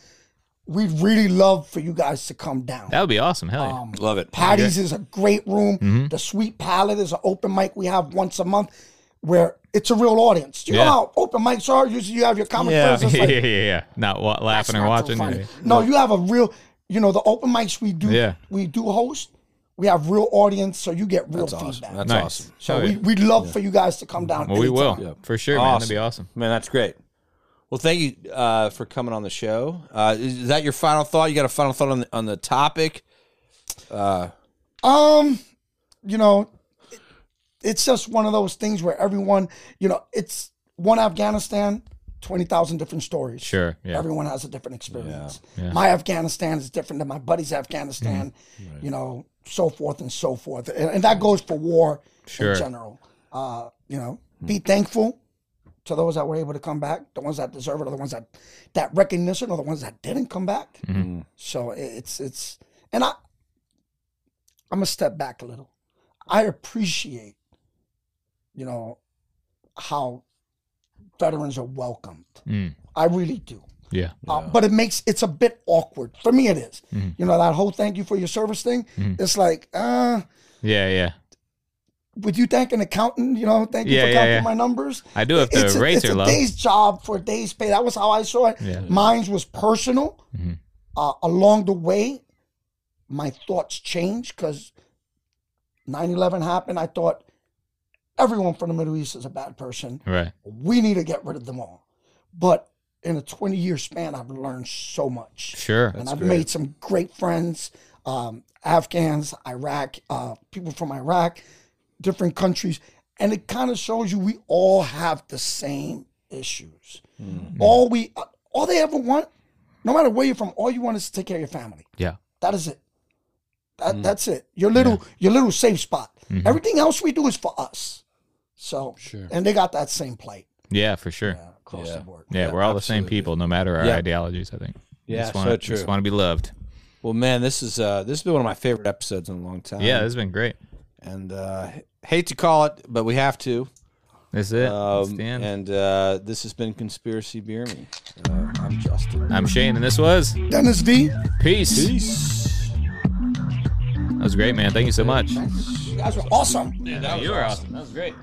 C: We'd really love for you guys to come down.
B: That would be awesome. Hell
C: Um,
B: yeah.
A: Love it.
C: Patty's is a great room.
B: Mm-hmm.
C: The Sweet Palette is an open mic we have once a month where it's a real audience. You know
B: Yeah.
C: how open mics are? Usually you have your comic
A: Yeah.
C: friends. It's
B: [LAUGHS] yeah,
C: like,
B: yeah, yeah, yeah. Not wa- laughing or
C: not so
B: watching.
C: funny.
B: Yeah.
C: No, you have a real, you know, the open mics we do,
B: Yeah.
C: we do host. We have real audience, so you get real feedback.
A: That's
B: Nice.
A: awesome.
C: So
B: Oh,
C: we,
B: yeah.
C: we'd love for you guys to come down.
B: Well, we
C: anytime.
B: will for sure, man. That'd be awesome.
A: Man, that's great. Well, thank you uh, for coming on the show. Uh, is that your final thought? You got a final thought on the, on the topic?
C: Um, you know, it- it's just one of those things where everyone, you know, it's one Afghanistan, twenty thousand different stories.
B: Sure. Yeah.
C: Everyone has a different experience. My Afghanistan is different than my buddy's Afghanistan,
B: Mm-hmm.
C: you know, so forth and so forth. And, and that goes for war
B: Sure. Hmm.
C: in general. Uh, you know, be thankful to those that were able to come back, the ones that deserve it, or the ones that that recognition, or the ones that didn't come back. So it- it's it's and I I'm gonna step back a little. I appreciate, you know, how veterans are welcomed.
B: Mm.
C: I really do.
B: Yeah.
C: Uh, but it makes it's a bit awkward for me. It is.
B: Mhm.
C: you know that whole thank you for your service thing.
B: Mhm.
C: It's like, uh,
B: Yeah. Yeah.
C: would you thank an accountant? You know, thank you
B: Yeah,
C: for
B: yeah,
C: counting
B: yeah.
C: my numbers.
B: I do if the
C: it's a,
B: rates
C: it's
B: are
C: a
B: low.
C: day's job for a day's pay. That was how I saw it.
B: Yeah.
C: Mine was personal.
B: Mhm.
C: Uh, along the way, my thoughts changed because 9-11 happened. I thought everyone from the Middle East is a bad person.
B: Right.
C: We need to get rid of them all. But in a 20-year span, I've learned so much
B: Sure.
C: and I've made some great friends, um, Afghans, Iraq, uh, people from Iraq, different countries, and it kind of shows you we all have the same issues. All we, uh, all they ever want, no matter where you're from, all you want is to take care of your family.
B: Yeah.
C: That is it. That, That's it. Your little, your little safe spot. Everything else we do is for us. So, and they got that same plight
B: Yeah. For sure. Yeah.
C: across the board.
B: we're all the same people, no matter our ideologies. I think.
A: Yeah,
B: Just wanna,
A: so
B: Just
A: true.
B: want to be loved.
A: Well, man, this is uh, this has been one of my favorite episodes in a long time.
B: Yeah, this has been great.
A: and uh, hate to call it, but we have to.
B: This is it. That's
A: Um,
B: the end.
A: and uh, this has been conspiracy beer me. Uh, I'm Justin.
B: I'm Shane, and this was
C: Dennis D.
B: Peace. That was great, man. Thank you so much.
C: You guys are awesome.
B: you were awesome. That was great.